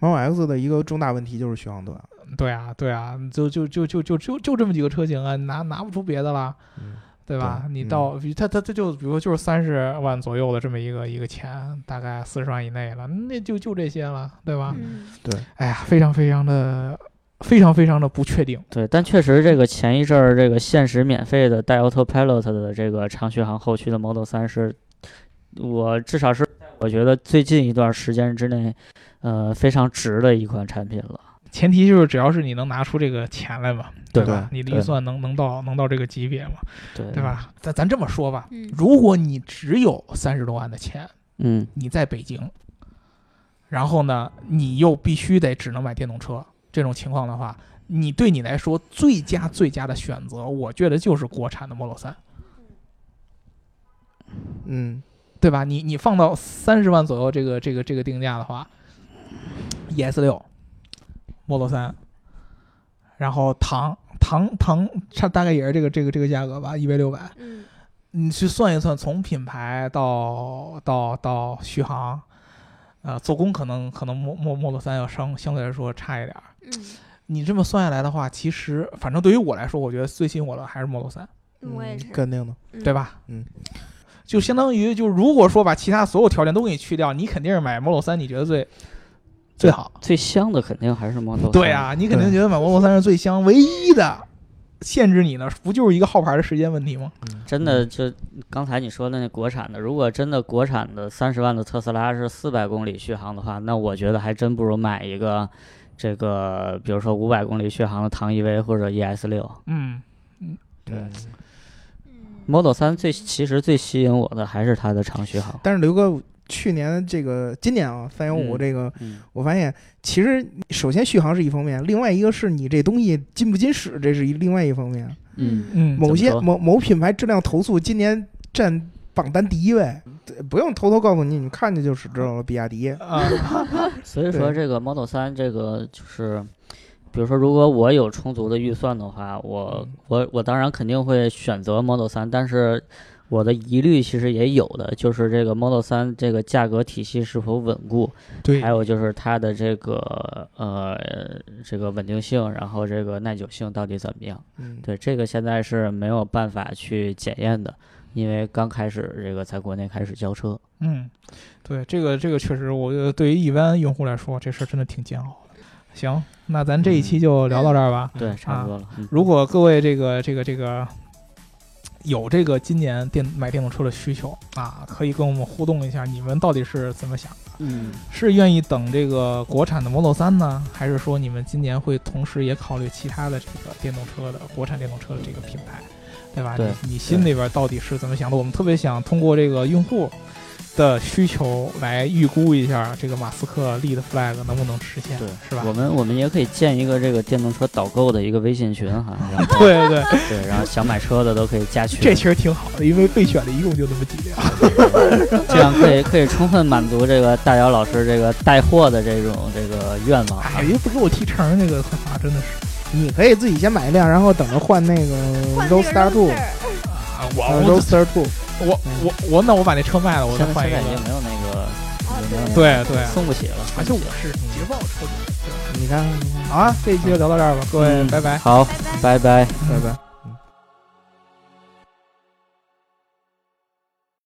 Speaker 1: ，Model X 的一个重大问题就是续航短，
Speaker 3: 对啊，对啊，就就就就就就就这么几个车型啊，拿拿不出别的了。
Speaker 1: 嗯，
Speaker 3: 对吧？
Speaker 1: 对
Speaker 3: 你
Speaker 1: 嗯
Speaker 3: 到他他他就比如说就是三十万左右的这么一个一个钱，大概四十万以内了，那就就这些了，对
Speaker 1: 啊
Speaker 3: 吧？
Speaker 4: 嗯，
Speaker 3: 哎呀，非常非常的非常非常的不确定。
Speaker 2: 对，但确实这个前一阵儿这个限时免费的带 Autopilot 的这个长续航后驱的 Model 3是，我至少是我觉得最近一段时间之内，呃，非常值的一款产品了。
Speaker 3: 前提就是只要是你能拿出这个钱来嘛，
Speaker 2: 对
Speaker 3: 吧？
Speaker 1: 对嗯
Speaker 3: 你的
Speaker 2: 对
Speaker 3: 预算能能到能到这个级别嘛，
Speaker 2: 对，
Speaker 3: 对？吧？咱咱这么说吧，
Speaker 4: 嗯
Speaker 3: 如果你只有三十多万的钱，
Speaker 2: 嗯
Speaker 3: 你在北京，然后呢，你又必须得只能买电动车，这种情况的话，你对你来说最佳最佳的选择，我觉得就是国产的 Model 3，
Speaker 1: 嗯，
Speaker 3: 对吧？你你放到三十万左右这个这个这个定价的话，ES 六，Model 3，然后唐唐唐差大概也是这个这个这个价格吧，一百六百，
Speaker 4: 嗯，
Speaker 3: 你去算一算，从品牌到到到续航，呃，做工可能可能 Mo- Mo- Model 三要相相对来说差一点儿。
Speaker 4: 嗯，
Speaker 3: 你这么算下来的话，其实反正对于我来说，我觉得最吸引我的还是 Model 三，
Speaker 4: 我也
Speaker 1: 嗯
Speaker 4: 是。
Speaker 1: 肯定的，
Speaker 3: 对吧？
Speaker 1: 嗯，
Speaker 3: 就相当于就如果说把其他所有条件都给你去掉，你肯定是买 Model 三，你觉得最最好。
Speaker 2: 最香的肯定还是摩托。
Speaker 3: 对，啊，你肯定
Speaker 1: 对
Speaker 3: 觉得买摩托三是最香，唯一的限制你呢，不就是一个号牌的时间问题吗？
Speaker 2: 真的就刚才你说的那国产的，如果真的国产的三十万的特斯拉是四百公里续航的话，那我觉得还真不如买一个这个，比如说五百公里续航的唐 EV 或者 ES 六。
Speaker 3: 嗯，
Speaker 1: 对。
Speaker 4: 嗯
Speaker 2: Model 三最其实最吸引我的还是它的长续航。
Speaker 1: 但是刘哥去年这个今年啊，三幺五
Speaker 2: 嗯
Speaker 1: 这个，
Speaker 2: 嗯，
Speaker 1: 我发现其实首先续航是一方面，另外一个是你这东西禁不禁使，这是一另外一方面。
Speaker 2: 嗯
Speaker 3: 嗯
Speaker 1: 某些
Speaker 2: 怎么说
Speaker 1: 某某品牌质量投诉今年占榜单第一位，对不用偷偷告诉你，你看见就知道了。比亚迪，
Speaker 3: 啊，
Speaker 2: 所以说这个 Model 三这个就是，比如说如果我有充足的预算的话，我我我当然肯定会选择 Model 三，但是我的疑虑其实也有的，就是这个 Model 三这个价格体系是否稳固，
Speaker 3: 对
Speaker 2: 还有就是它的这个呃这个稳定性，然后这个耐久性到底怎么样？
Speaker 1: 嗯，
Speaker 2: 对，这个现在是没有办法去检验的，因为刚开始这个在国内开始交车。
Speaker 3: 嗯，对，这个这个确实，我觉得对于一般用户来说，这事儿真的挺煎熬的。行，那咱这一期就聊到这儿吧。
Speaker 2: 对，差不多了。嗯
Speaker 3: 啊如果各位这个这个这个有这个今年电买电动车的需求啊，可以跟我们互动一下，你们到底是怎么想？
Speaker 2: 嗯，
Speaker 3: 是愿意等这个国产的 Model 三呢，还是说你们今年会同时也考虑其他的这个电动车的国产电动车的这个品牌，对吧？
Speaker 2: 对
Speaker 3: 你你心里边到底是怎么想的？我们特别想通过这个用户的需求来预估一下这个马斯克立的 flag 能不能实现，
Speaker 2: 对，
Speaker 3: 是吧？
Speaker 2: 我们我们也可以建一个这个电动车导购的一个微信群哈，然后
Speaker 3: 对对对，
Speaker 2: 对，然后想买车的都可以加群，
Speaker 3: 这其实挺好的，因为备选的一共就那么几啊辆。
Speaker 2: 这样可以可以充分满足这个大姚老师这个带货的这种这个愿望啊
Speaker 3: 哎，。又不给我提成，这个算法真的是
Speaker 1: 你可以自己先买一辆，然后等着换那个
Speaker 4: 换这个
Speaker 1: Roadster Two，
Speaker 4: Roadster
Speaker 3: 啊，
Speaker 1: 呃
Speaker 3: 我
Speaker 1: Roadster Two，
Speaker 3: 我我我，那我把那车卖了，我再
Speaker 2: 现在
Speaker 3: 换一
Speaker 2: 现
Speaker 3: 个
Speaker 2: 在已。经没有那个，
Speaker 4: 哦
Speaker 2: 有没有
Speaker 4: 对
Speaker 1: 嗯
Speaker 2: 那个
Speaker 3: 对对，
Speaker 2: 送不起了，
Speaker 3: 而且我是捷豹车主。
Speaker 1: 你看，
Speaker 3: 好啊，这一期就聊到这儿吧，各位，
Speaker 2: 嗯
Speaker 3: 拜拜。
Speaker 2: 好，拜
Speaker 4: 拜拜
Speaker 2: 拜。
Speaker 1: 拜拜。